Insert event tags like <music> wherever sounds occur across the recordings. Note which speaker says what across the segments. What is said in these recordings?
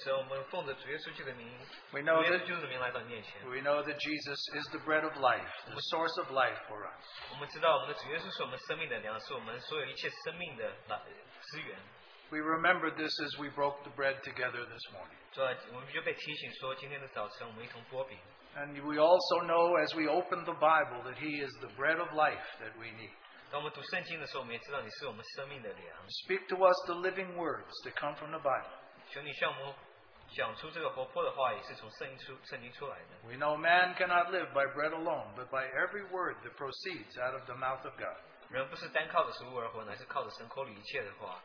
Speaker 1: 时候，我们奉着主耶稣基督的名，
Speaker 2: We know
Speaker 1: 主耶
Speaker 2: that
Speaker 1: 稣基督的名来到你面前。
Speaker 2: We know that Jesus is the bread of life, the source of life for us.
Speaker 1: 我们知道，我们的主耶稣是我们生命的粮，是我们所有一切生命的来呃资源。
Speaker 2: We remembered this as we broke the bread together this morning.
Speaker 1: 所以，啊我们就被提醒说，今天的早晨我们一同剥饼。
Speaker 2: And we also know as we open the Bible that He is the bread of life that we need.
Speaker 1: 当我们读圣经的时候，我们也知道你是我们生命的粮。
Speaker 2: Speak to us the living words that come from the Bible.
Speaker 1: 求你向我们讲出这个活泼的话，也是从圣经出圣经出来的。
Speaker 2: We know man cannot live by bread alone, but by every word that proceeds out of the mouth of God.
Speaker 1: 人不是单靠着食物而活，乃是靠着神口里一切的话。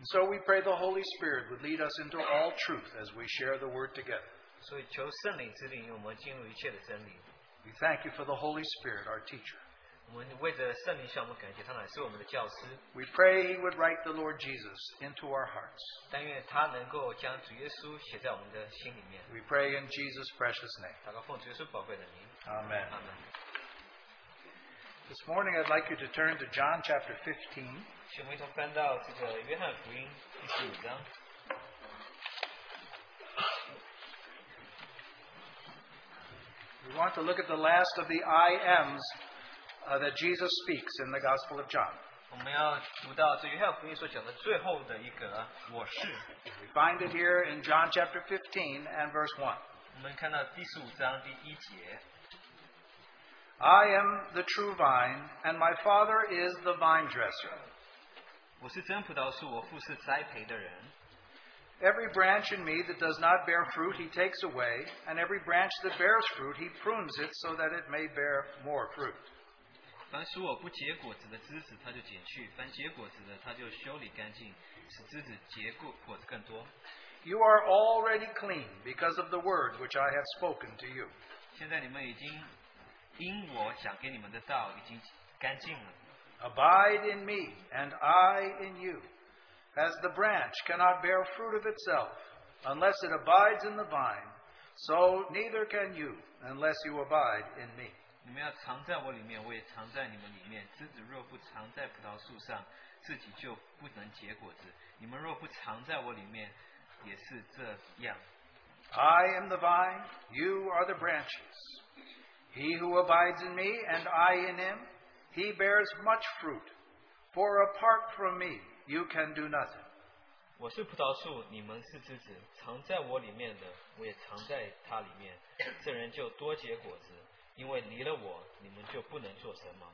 Speaker 2: And so we pray the Holy Spirit would lead us into all truth as we share the word together.
Speaker 1: 所以，求圣灵之灵，我们进入一切的真理。
Speaker 2: We thank you for the Holy Spirit, our teacher.
Speaker 1: 我们为着圣灵向我们感谢，他乃是我们的教师。
Speaker 2: We pray he would write the Lord Jesus into our hearts.
Speaker 1: 但愿他能够将主耶稣写在我们的心里面。
Speaker 2: We pray in Jesus' precious name.
Speaker 1: 祷告奉主耶稣宝贵的名，
Speaker 2: Amen.
Speaker 1: 阿门。
Speaker 2: This morning I'd like you to turn to John chapter 15.
Speaker 1: 请我们一同翻到这个约翰福音第十五章。
Speaker 2: We want to look at the last of the I ams uh, that Jesus speaks in the Gospel of John.
Speaker 1: 我们要读到这约翰福音所讲的最后的一个我是。
Speaker 2: We find it here in John chapter 15 and verse 1.
Speaker 1: 我们看到第十五章第一节，
Speaker 2: I am the true vine, and my Father is the vine dresser.
Speaker 1: 我是真葡萄树，我父是栽培的人。
Speaker 2: Every branch in me that does not bear fruit he takes away, and every branch that bears fruit he prunes it so that it may bear more fruit.
Speaker 1: 凡属我不结果子的枝子，它就剪去；凡结果子的，它就修理干净，使枝子结果果子更多。
Speaker 2: You are already clean because of the word which I have spoken to you.
Speaker 1: 现在你们已经因我讲给你们的道已经干净了。
Speaker 2: Abide in me, and I in you. As the branch cannot bear fruit of itself unless it abides in the vine, so neither can you unless you abide in me.
Speaker 1: 你们要藏在我里面，我也藏在你们里面。枝子若不藏在葡萄树上，自己就不能结果子；你们若不藏在我里面，也是这样。
Speaker 2: I am the vine, you are the branches. He who abides in me, and I in him, he bears much fruit. For apart from me, you can do nothing.
Speaker 1: 我是葡萄树，你们是枝子，藏在我里面的，我也藏在它里面。这人就多结果子，因为离了我，你们就不能做什么。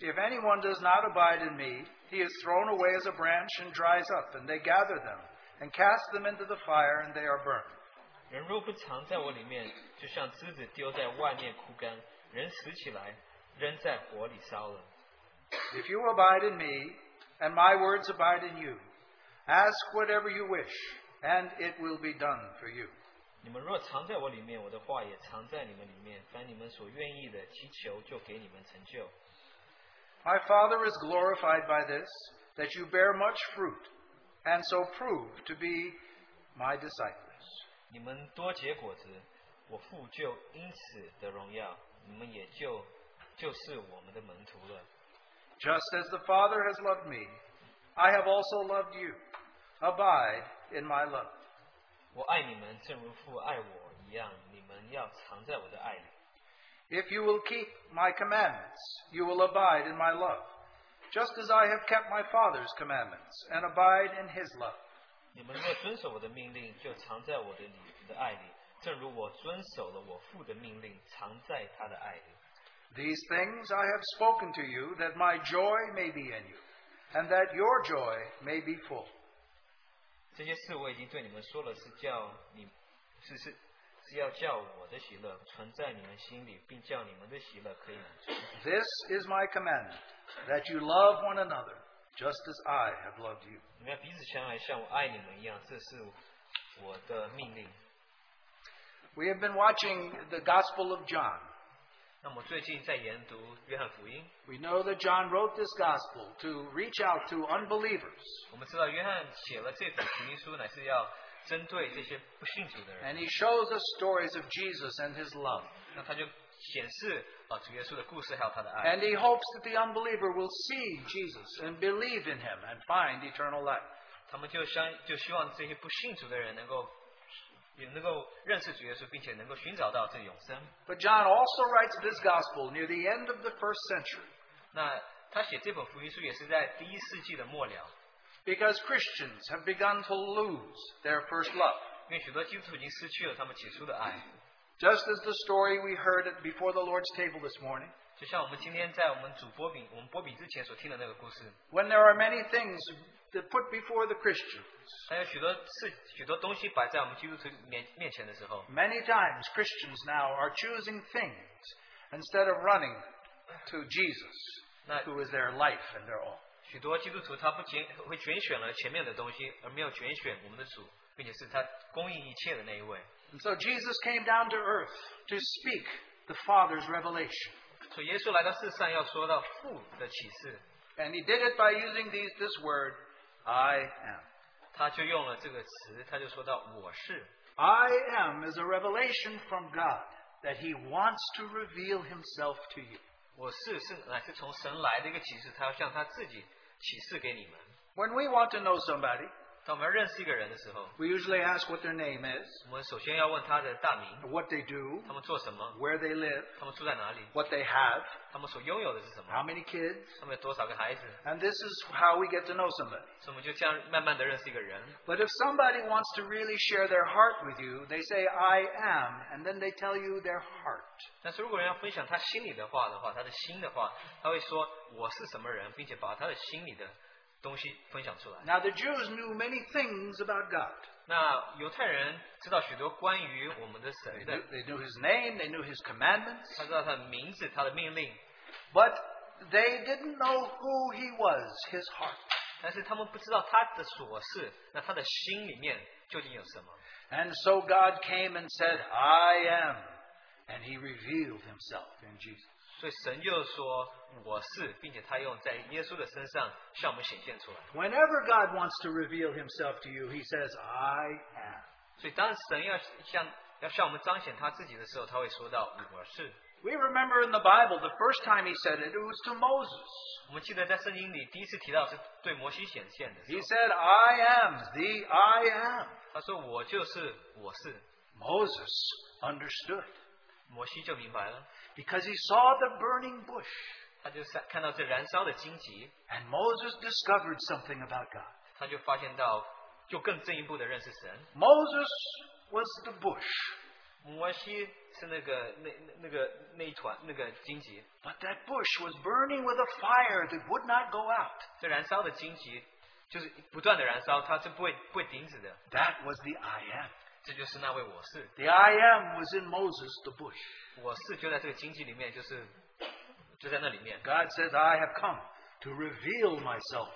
Speaker 2: If anyone does not abide in me, he is thrown away as a branch and dries up, and they gather them and cast them into the fire, and they are burned.
Speaker 1: 人若不藏在我里面，就像枝子丢在外面枯干，人拾起来扔在火里烧了。
Speaker 2: If you abide in me, and my words abide in you, ask whatever you wish, and it will be done for you.
Speaker 1: 你们若藏在我里面，我的话也藏在你们里面。凡你们所愿意的祈求，就给你们成就。
Speaker 2: My Father is glorified by this, that you bear much fruit, and so prove to be my disciples.
Speaker 1: 你们多结果子，我父就因此得荣耀。你们也就就是我们的门徒了。
Speaker 2: Just as the Father has loved me, I have also loved you. Abide in my love.
Speaker 1: 我爱你们，正如父爱我一样。你们要藏在我的爱里。
Speaker 2: If you will keep my commandments, you will abide in my love, just as I have kept my Father's commandments and abide in his love.
Speaker 1: 你们若遵守我的命令，就藏在我的里的爱里，正如我遵守了我父的命令，藏在他的爱里。
Speaker 2: These things I have spoken to you, that my joy may be in you, and that your joy may be full.
Speaker 1: 这些事我已经对你们说了，是叫你，是是是要叫我的喜乐存在你们心里，并叫你们的喜乐可以满足。
Speaker 2: This is my commandment, that you love one another, just as I have loved you.
Speaker 1: 你们要彼此相爱，像我爱你们一样，这是我的命令。
Speaker 2: We have been watching the Gospel of John.
Speaker 1: 那么最近在研读约翰福音，
Speaker 2: We know that John wrote this Gospel to reach out to unbelievers.
Speaker 1: 我们知道约翰写了这本福音书，乃是要针对这些不信主的人。
Speaker 2: And he shows us stories of Jesus and his love.
Speaker 1: 那他就显示啊主耶稣的故事，还有他的爱。
Speaker 2: And he hopes that the unbeliever will see Jesus and believe in him and find eternal life.
Speaker 1: 他们就相就希望这些不信主的人能够也能够认识主耶稣，并且能够寻找到这永生。
Speaker 2: But John also writes this gospel near the end of the first century
Speaker 1: 那他写这本福音书也是在第一世纪的末了，
Speaker 2: because Christians have begun to lose their first love.
Speaker 1: 因为许多基督徒已经失去了他们起初的爱。
Speaker 2: Just as the story we heard at- before the Lord's table this morning,
Speaker 1: 就像我们今天在我们主波饼、我们波饼之前所听的那个故事，
Speaker 2: when there are many things that put before the Christian,
Speaker 1: 还有许多事、许多东西摆在我们基督徒面面前的时候，
Speaker 2: many times Christians now are choosing things instead of running to Jesus,
Speaker 1: Now-
Speaker 2: who is their life and their all.
Speaker 1: 许多基督徒他不仅会拣选了前面的东西，而没有拣选我们的主，并且是他供应一切的那一位。
Speaker 2: And so Jesus came down to earth to speak the Father's revelation.
Speaker 1: 所以耶稣来到世上要说到父的启示，
Speaker 2: And he did it by using these, this word, I am.
Speaker 1: 他就用了这个词，他就说到我是。
Speaker 2: I am is a revelation from God that he wants to reveal himself to you.
Speaker 1: 我是是乃是从神来的一个启示，他要向他自己启示给你们。
Speaker 2: When we want to know somebody,
Speaker 1: 当我们要认识一个人的时候，
Speaker 2: we usually ask what their name is,
Speaker 1: 我们首先要问他的大名，
Speaker 2: what they do,
Speaker 1: 他们做什么，
Speaker 2: where they live,
Speaker 1: 他们住在哪里，
Speaker 2: what they have,
Speaker 1: 他们所拥有的是什
Speaker 2: how
Speaker 1: 么，
Speaker 2: many kids.
Speaker 1: 他们有多少个孩子，
Speaker 2: And this is how we get to know somebody.
Speaker 1: 所以我们就这样慢慢的认识一个人。
Speaker 2: But if somebody wants to really share their heart with you, they say, I am, and then they tell you their heart.
Speaker 1: 但是如果人要分享他心里的话的话，他的心的话，他会说我是什么人，并且把他的心里的东西分享出来。
Speaker 2: Now, the Jews knew many things about God.
Speaker 1: 那犹太人知道许多关于我们的
Speaker 2: They
Speaker 1: 神
Speaker 2: knew,
Speaker 1: 的，
Speaker 2: they knew his name, they knew his commandments,
Speaker 1: 他知道他的名字、他的命令，
Speaker 2: but they didn't know who he was, his heart.
Speaker 1: 但是他们不知道他的所是，那他的心里面究竟有什么？
Speaker 2: And so God came and said, I am. And he revealed himself in Jesus.
Speaker 1: 所以神就说我是，并且他用在耶稣的身上向我们显现出来。
Speaker 2: Whenever God wants to reveal himself to you, he says, I am.
Speaker 1: 所以当神要向要向我们彰显他自己的时候，他会说到我是。
Speaker 2: We remember in the Bible, the first time he said it, it was to Moses.
Speaker 1: 我们记得在圣经里第一次提到是对摩西显现的时
Speaker 2: He
Speaker 1: 候，
Speaker 2: said, I am the I am.
Speaker 1: 他说我就是我是，
Speaker 2: Moses understood
Speaker 1: 摩西就明白了，
Speaker 2: because he saw the burning bush.
Speaker 1: 他就看看到这燃烧的荆棘，
Speaker 2: And Moses discovered something about God.
Speaker 1: 他就发现到就更进一步的认识神。
Speaker 2: Moses was the bush,
Speaker 1: 摩西是那个那那那个那一团那个荆棘，
Speaker 2: but that bush was burning with a fire that would not go out.
Speaker 1: 这燃烧的荆棘就是不断的燃烧，它是不会不会停止的。
Speaker 2: That was the I am.
Speaker 1: 这就是那位我是，
Speaker 2: The I am was in Moses, the bush.
Speaker 1: 我是就在这个荆棘里面，就是就在那里面。
Speaker 2: God says, I have come to reveal myself.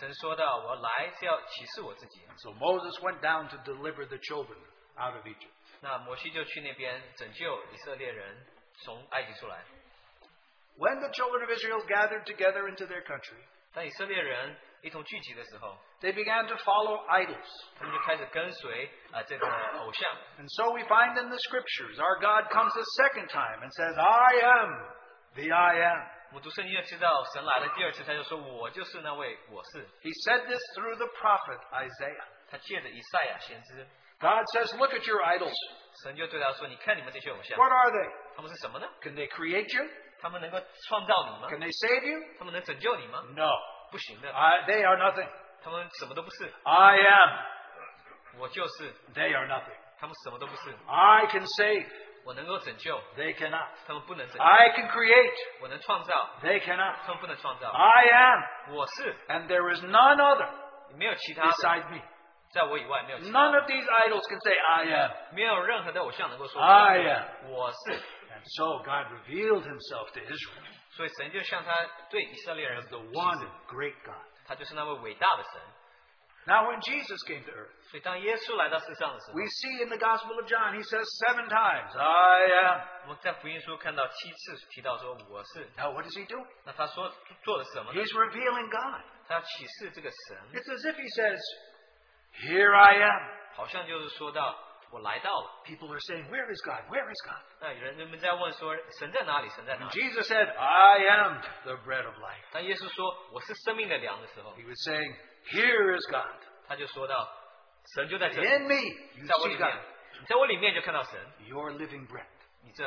Speaker 1: 神说到我来是要启示我自己，
Speaker 2: So Moses went down to deliver the children out of Egypt.
Speaker 1: 那摩西就去那边拯救以色列人从埃及出来。
Speaker 2: When the children of Israel gathered together into their country,
Speaker 1: 当以色列人一同聚集的时候，
Speaker 2: they began to follow idols.
Speaker 1: 他们就开始跟随啊、这个偶像。
Speaker 2: And so we find in the scriptures our God comes a second time and says, I am the I am.
Speaker 1: 我们读圣经就知道，神来了第二次，他就说我就是那位我是。
Speaker 2: He said this through the prophet Isaiah.
Speaker 1: 他借着以赛亚先知，
Speaker 2: God says, Look at your idols.
Speaker 1: 神就对他说：“你看你们这些偶像，
Speaker 2: What are they?
Speaker 1: 他们是什么呢？
Speaker 2: Can they create you?
Speaker 1: 他们能够创造你吗？
Speaker 2: Can they save you?
Speaker 1: 他们能拯救你吗？
Speaker 2: No.
Speaker 1: 不行的，
Speaker 2: I, they are nothing.
Speaker 1: 他们什么都不是。
Speaker 2: I am.
Speaker 1: 我就是，
Speaker 2: They are nothing.
Speaker 1: 他们什么都不是。
Speaker 2: I can save.
Speaker 1: 我能够拯救，
Speaker 2: They cannot.
Speaker 1: 他们不能拯救；
Speaker 2: I can create.
Speaker 1: 我能创造，
Speaker 2: They cannot.
Speaker 1: 他们不能创造。
Speaker 2: 啊 I
Speaker 1: 我是，
Speaker 2: am. And there is none other
Speaker 1: 没有其他的，
Speaker 2: beside me.
Speaker 1: 在我以外没有其他
Speaker 2: None
Speaker 1: 的，
Speaker 2: of these idols can say, I am.
Speaker 1: 没有任何的偶像能够说
Speaker 2: I am.
Speaker 1: 我是。
Speaker 2: And so God revealed himself to Israel
Speaker 1: 所以神就向他对以色列人
Speaker 2: as the one great God.
Speaker 1: 他就是那位伟大的神。
Speaker 2: Now, when Jesus came to earth,
Speaker 1: 所以当耶稣来到世上的时候，
Speaker 2: we see in the Gospel of John, he says seven times, I am.
Speaker 1: 我们在福音书看到七次提到说我是，
Speaker 2: Now, what is he doing?
Speaker 1: 那他说做了什么呢？
Speaker 2: He's revealing God.
Speaker 1: 他启示这个神，
Speaker 2: It's as if he says, Here I am.
Speaker 1: 好像就是说到我来到了。
Speaker 2: People are saying, Where is God? Where is God?
Speaker 1: 那人人们在问说神在哪里？神在哪
Speaker 2: And
Speaker 1: 里？
Speaker 2: Jesus said, I am the bread of life.
Speaker 1: 当耶稣说我是生命的粮的时候，
Speaker 2: He was saying, Here is God.
Speaker 1: 他就说到神就在这里，
Speaker 2: In me, you
Speaker 1: 在我里
Speaker 2: see
Speaker 1: 面
Speaker 2: God,，
Speaker 1: 你在我里面就看到神，
Speaker 2: your living bread.
Speaker 1: 你这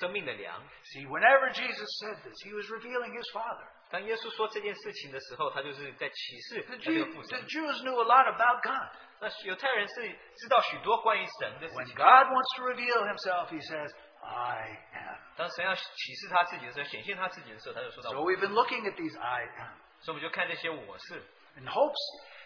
Speaker 1: 生命的粮。
Speaker 2: See, whenever Jesus said this, he was revealing his Father.
Speaker 1: 当耶稣说这件事情的时候，他就是在启示
Speaker 2: The,
Speaker 1: 他这
Speaker 2: Jew,
Speaker 1: 个父
Speaker 2: the
Speaker 1: 神。
Speaker 2: Jews knew a lot about God.
Speaker 1: 那犹太人是知道许多关于神的事
Speaker 2: When
Speaker 1: 情。
Speaker 2: God wants to reveal himself, he says, I am.
Speaker 1: 当神要启示他自己的时候，显现他自己的时候，他就说到
Speaker 2: So
Speaker 1: 我。
Speaker 2: we've been looking at these I am
Speaker 1: 所以我们就看这些我是，
Speaker 2: in hopes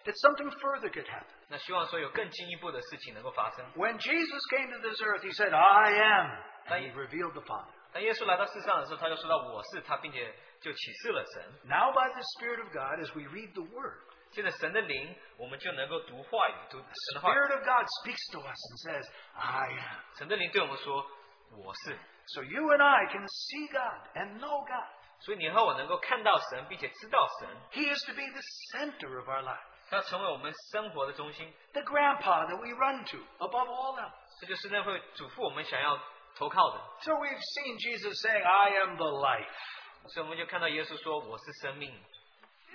Speaker 2: that something further could happen.
Speaker 1: 那希望说有更进一步的事情能够发生。
Speaker 2: When Jesus came to this earth, he said, I am. And he
Speaker 1: Thank-
Speaker 2: revealed the Father.
Speaker 1: 当耶稣来到世上的时候，他就说到我是他，并且就启示了神。
Speaker 2: Now, by the Spirit of God, as we read the Word,
Speaker 1: 现在神的灵，我们就能够读话语，读
Speaker 2: the
Speaker 1: 神的话语。
Speaker 2: Spirit of God speaks to us and says, I am.
Speaker 1: 神的灵对我们说我是，
Speaker 2: So you and I can see God and know God.
Speaker 1: 所以你和我能够看到神，并且知道神，
Speaker 2: He is to be the center of our life,
Speaker 1: 他成为我们生活的中心。
Speaker 2: the grandpa that we run to above all else.
Speaker 1: 这就是那会嘱咐我们想要投靠的。
Speaker 2: So we've seen Jesus saying, I am the life.
Speaker 1: 所以我们就看到耶稣说我是生命，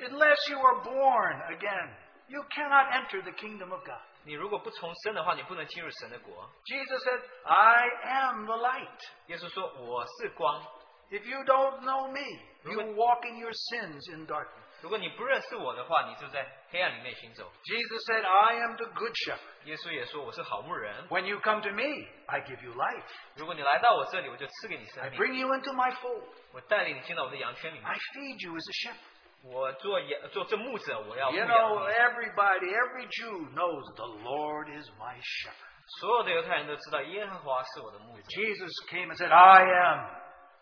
Speaker 2: Unless you are born again, you cannot enter the kingdom of God.
Speaker 1: 你如果不重生的话，你不能进入神的国。
Speaker 2: Jesus said, I am the light.
Speaker 1: 耶稣说我是光，
Speaker 2: If you don't know me, you
Speaker 1: Really?
Speaker 2: walk in your sins in darkness.
Speaker 1: 如果你不认识我的话，你就在黑暗里面行走。
Speaker 2: Jesus said, I am the good shepherd.
Speaker 1: 耶稣也说我是好牧人，
Speaker 2: When you come to me, I give you life.
Speaker 1: 如果你来到我这里，我就赐给你生
Speaker 2: I
Speaker 1: 命，
Speaker 2: bring you into my fold.
Speaker 1: 我带领你进到我的羊圈里面。
Speaker 2: I feed you as a shepherd.
Speaker 1: 我做羊做这牧者，我要牧
Speaker 2: You
Speaker 1: 羊
Speaker 2: know,
Speaker 1: 你。
Speaker 2: everybody, every Jew knows the Lord is my shepherd.
Speaker 1: 所有的犹太人都知道耶和华是我的牧者。
Speaker 2: Jesus came and said, I am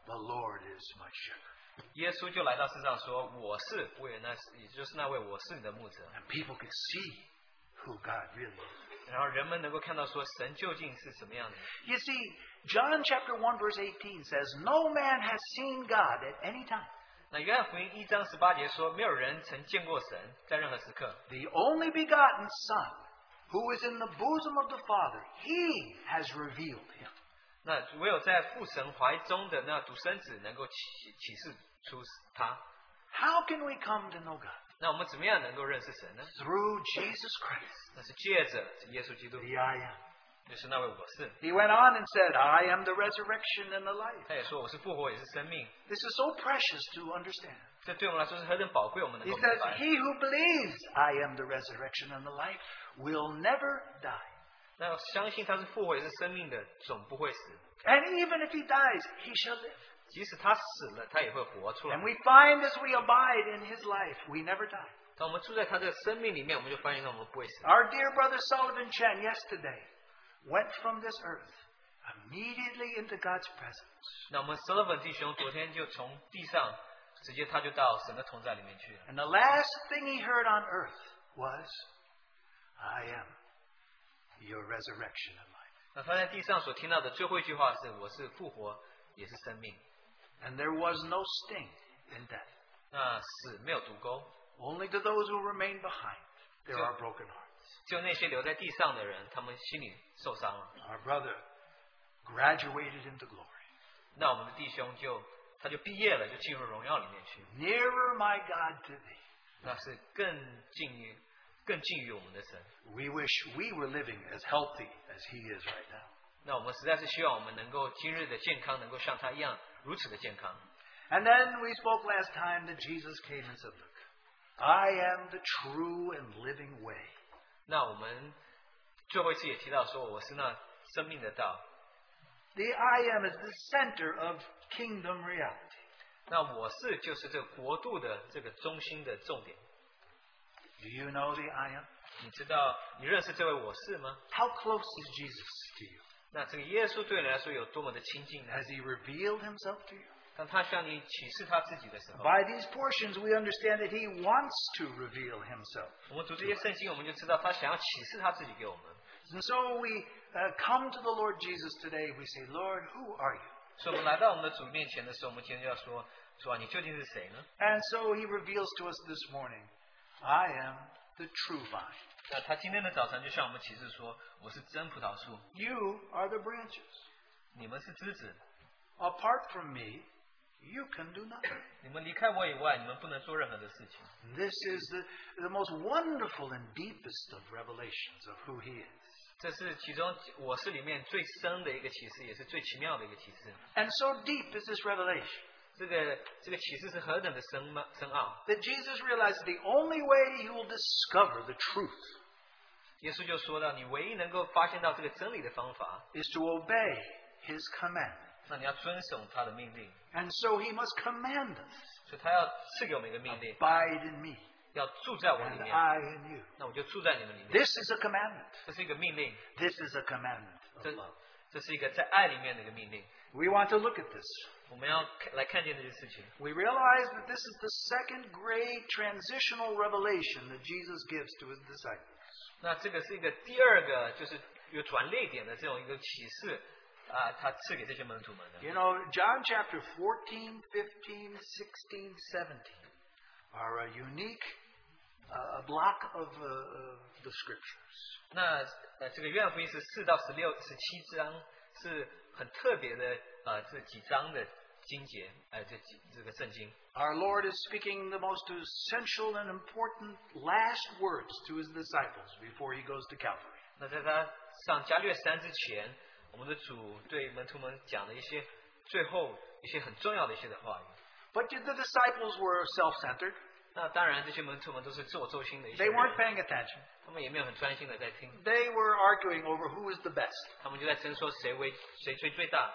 Speaker 2: the Lord is my shepherd.
Speaker 1: 耶稣就来到世上说：“我是我也那，也就是那位我是你的牧者。
Speaker 2: And people could see who God really is. ”
Speaker 1: 然后人们能够看到说神究竟是什么样的。
Speaker 2: You see, John chapter 1 verse 18 says, No man has seen God at any time.
Speaker 1: 那约翰福音一章十八节说：“没有人曾见过神，在任何时刻，
Speaker 2: The only begotten Son, who is in the bosom of the Father, he has revealed him.
Speaker 1: 那唯有在父神怀中的那独生子能够启启示出他。
Speaker 2: How can we come to know God? ”
Speaker 1: 那我们怎么样能够认识神呢？
Speaker 2: Through Jesus Christ,
Speaker 1: 那是借着耶稣基督，
Speaker 2: the I am.
Speaker 1: 就是那位我是。
Speaker 2: He went on and said, I am the resurrection and the life.
Speaker 1: 他也说我是复活，也是生命。
Speaker 2: This is so precious to understand.
Speaker 1: 这对我们来说是何等宝贵，我们能
Speaker 2: He
Speaker 1: 够
Speaker 2: says,
Speaker 1: 明白。
Speaker 2: He who believes I am the resurrection and the life will never die.
Speaker 1: 那相信他是复活也是生命的，总不会死。
Speaker 2: And even if he dies, he shall live.
Speaker 1: 即使他死了，他也会活出来
Speaker 2: And。we find as we abide in his life, we never die.
Speaker 1: 当我们住在他这个生命里面，我们就发现到我们不会死。
Speaker 2: Our dear brother Sullivan Chen yesterday went from this earth immediately into God's presence.
Speaker 1: 那我们 Sullivan 弟兄昨天就从地上直接他就到神的同在里面去了。
Speaker 2: And the last thing he heard on earth was, I am your resurrection and life.
Speaker 1: 那他在地上所听到的最后一句话是：“我是复活，也是生命。
Speaker 2: And there was no sting in death. ”
Speaker 1: 那死没有毒钩，
Speaker 2: Only to those who remain behind there are broken hearts.
Speaker 1: 就那些留在地上的人，他们心里受伤了。
Speaker 2: Our brother graduated into glory.
Speaker 1: 那我们的弟兄就他就毕业了，就进入荣耀里面去。
Speaker 2: Nearer, my God, to thee.
Speaker 1: 那是更近于更近于我们的神。
Speaker 2: We wish we were living as healthy as he is right now.
Speaker 1: 那我们实在是希望我们能够今日的健康能够像他一样如此的健康。
Speaker 2: And then we spoke last time that Jesus came and said, Look, I am the true and living way.
Speaker 1: 那我们最后一次也提到说，我是那生命的道。
Speaker 2: The I am is the center of kingdom reality.
Speaker 1: 那我是就是这个国度的这个中心的重点。
Speaker 2: Do you know the I am?
Speaker 1: 你知道你认识这位我是吗？
Speaker 2: How close is Jesus to you?
Speaker 1: 那这个耶稣对你来说有多么的亲近呢？
Speaker 2: Has he revealed himself to you?
Speaker 1: 当他向你启示他自己的时候，
Speaker 2: By these portions, we understand that he wants to reveal himself.
Speaker 1: 我们读这些圣经，我们就知道他想要启示他自己给我们。
Speaker 2: And so we uh, come to the Lord Jesus today. We say, Lord, who are you?
Speaker 1: 所以，我们来到我们的主面前的时候，我们今天就要说：主啊，你究竟是谁呢？
Speaker 2: And so he reveals to us this morning, I am the true vine.
Speaker 1: 那他今天的早晨就向我们启示说：我是真葡萄树，
Speaker 2: You are the branches.
Speaker 1: 你们是枝子，
Speaker 2: Apart from me, you can do nothing.
Speaker 1: 你们离开我以外，你们不能做任何的事情。
Speaker 2: This is the, the most wonderful and deepest of revelations of who He is.
Speaker 1: 这是其中我是里面最深的一个启示，也是最奇妙的一个启示。
Speaker 2: And so deep is this revelation
Speaker 1: 这个这个启示是何等的深吗？深奥！
Speaker 2: that Jesus realized the only way He will discover the truth
Speaker 1: 耶稣就说到，你唯一能够发现到这个真理的方法，
Speaker 2: is to obey His commandment.
Speaker 1: 那你要遵守他的命令。
Speaker 2: And so He must command us
Speaker 1: 所以他要赐给我们一个命令，
Speaker 2: abide in me,
Speaker 1: 要住在我里
Speaker 2: and
Speaker 1: 面，
Speaker 2: I in you.
Speaker 1: 那我就住在你们里面。
Speaker 2: This is a commandment.
Speaker 1: 这是一个命令，
Speaker 2: This is a commandment
Speaker 1: 这
Speaker 2: of love.
Speaker 1: 这是一个在爱里面的一个命令。
Speaker 2: We want to look at this.
Speaker 1: 我们要看来看见这件事情。
Speaker 2: We realize that this is the second great transitional revelation that Jesus gives to his disciples.
Speaker 1: 那这个是一个第二个，就是有转泪点的这种一个启示啊，他赐给这些门徒们的。
Speaker 2: You know, John chapter 14, 15, 16, 17 are a unique uh, block of, uh, of the scriptures.
Speaker 1: 那呃，这个约翰福音是四到十六、十七章，是很特别的呃这几章的经节，呃这几这个圣经。
Speaker 2: Our Lord is speaking the most essential and important last words to his disciples before he goes to Calvary.
Speaker 1: 那在他上加略山之前，我们的主对门徒们讲了一些最后一些很重要的一些的话语。
Speaker 2: But the disciples were self centered,
Speaker 1: 那当然，这些门徒们都是自我中心的一些
Speaker 2: they
Speaker 1: 人，
Speaker 2: weren't paying attention.
Speaker 1: 他们也没有很专心的在听，
Speaker 2: They were arguing over who is the best.
Speaker 1: 他们就在争说谁为谁吹最大。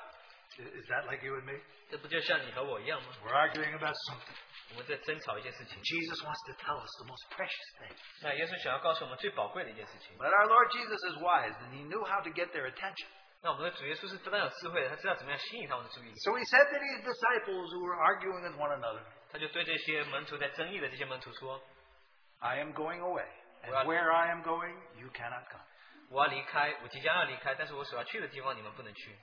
Speaker 2: Is that like you and me?
Speaker 1: 这不就像你和我一样吗？
Speaker 2: We're arguing about something.
Speaker 1: 我们在争吵一件事情。
Speaker 2: Jesus wants to tell us the most precious thing.
Speaker 1: 那耶稣想要告诉我们最宝贵的一件事情。
Speaker 2: But our Lord Jesus is wise, and he knew how to get their attention.
Speaker 1: 那我们的主耶稣是非常有智慧的，他知道怎么样吸引他们的注意。
Speaker 2: So he said to these disciples who were arguing with one another,
Speaker 1: 他就对这些门徒在争议的这些门徒说
Speaker 2: I am going away, and
Speaker 1: Well-
Speaker 2: where I am going, you cannot come.：“
Speaker 1: 我要离开，我即将要离开，但是我所要去的地方你们不能去。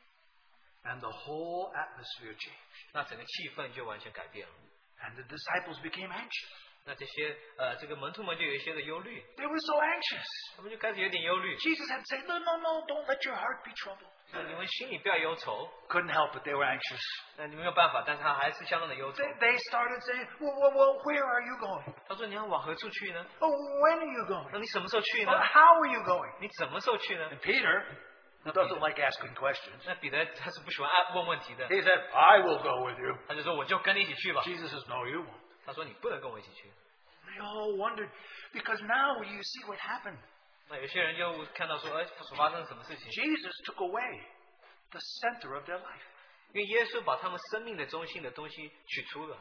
Speaker 2: And the whole atmosphere changed. ”
Speaker 1: 那整个气氛就完全改变了。
Speaker 2: And the disciples became anxious.
Speaker 1: 那这些呃，这个门徒们就有一些的忧虑，
Speaker 2: They were so anxious.
Speaker 1: 他们就开始有点忧虑。
Speaker 2: Jesus had said, No, no, no, don't let your heart be troubled.
Speaker 1: 说你们心里不要忧愁，
Speaker 2: Couldn't help it, they were anxious.
Speaker 1: 那你没有办法，但是他还是相当的忧愁
Speaker 2: They,。they started saying, well, well, well, where are you going?
Speaker 1: 他说：“你要往何处去呢？
Speaker 2: Oh, when are you going?
Speaker 1: 那你什么时候去呢
Speaker 2: Well,？how are you going?
Speaker 1: 你怎么时候去呢
Speaker 2: And Peter, who doesn't like asking questions, ？”
Speaker 1: 那彼得他是不喜欢爱问问题的，
Speaker 2: he said, I will go with you.
Speaker 1: 他就说：“我就跟你一起去吧。
Speaker 2: Jesus says, No, you won't. ”
Speaker 1: 他说：“你不能跟我一起去。
Speaker 2: They all wondered because now you see what happened. ”
Speaker 1: 那有些人就看到说：“哎，他所发生了什么事情
Speaker 2: Jesus took away the center of their life.？”
Speaker 1: 因为耶稣把他们生命的中心的东西取出了。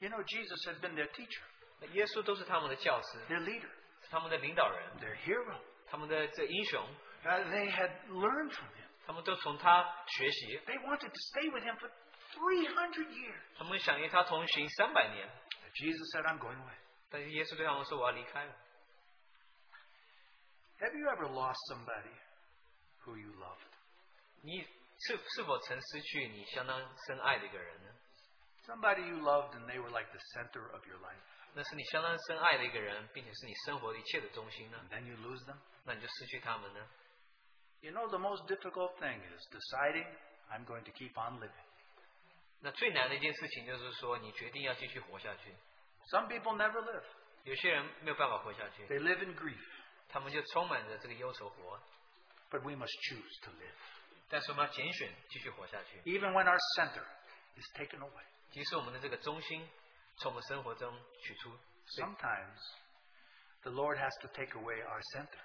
Speaker 2: You know, Jesus had been their teacher,
Speaker 1: 那耶稣都是他们的教师，
Speaker 2: their leader,
Speaker 1: 是他们的领导人，
Speaker 2: their hero.
Speaker 1: 他们的这英雄，
Speaker 2: Uh, they had learned from him.
Speaker 1: 他们都从他学习，
Speaker 2: They wanted to stay with him for 300 years.
Speaker 1: 他们想与他同行三百年。
Speaker 2: But Jesus said, I'm going away.
Speaker 1: 但是耶稣对他们说：“我要离开了。
Speaker 2: Have you ever lost somebody who you loved? ”
Speaker 1: 你是是否曾失去你相当深爱的一个人呢？
Speaker 2: Somebody you loved and they were like the center of your life.
Speaker 1: 那是你相当深爱的一个人，并且是你生活的一切的中心呢
Speaker 2: And？then you lose them?
Speaker 1: 那你就失去他们呢？
Speaker 2: You know, the most difficult thing is deciding I'm going to keep on living.
Speaker 1: 那最难的一件事情就是说，你决定要继续活下去。
Speaker 2: Some people never live,
Speaker 1: 有些人没有办法活下去，
Speaker 2: they live in grief.
Speaker 1: 他们就充满着这个忧愁活。
Speaker 2: But we must choose to live,
Speaker 1: 但是我们要拣选继续活下去，
Speaker 2: even when our center is taken away.
Speaker 1: 即使我们的这个中心从我们生活中取出。
Speaker 2: Sometimes the Lord has to take away our center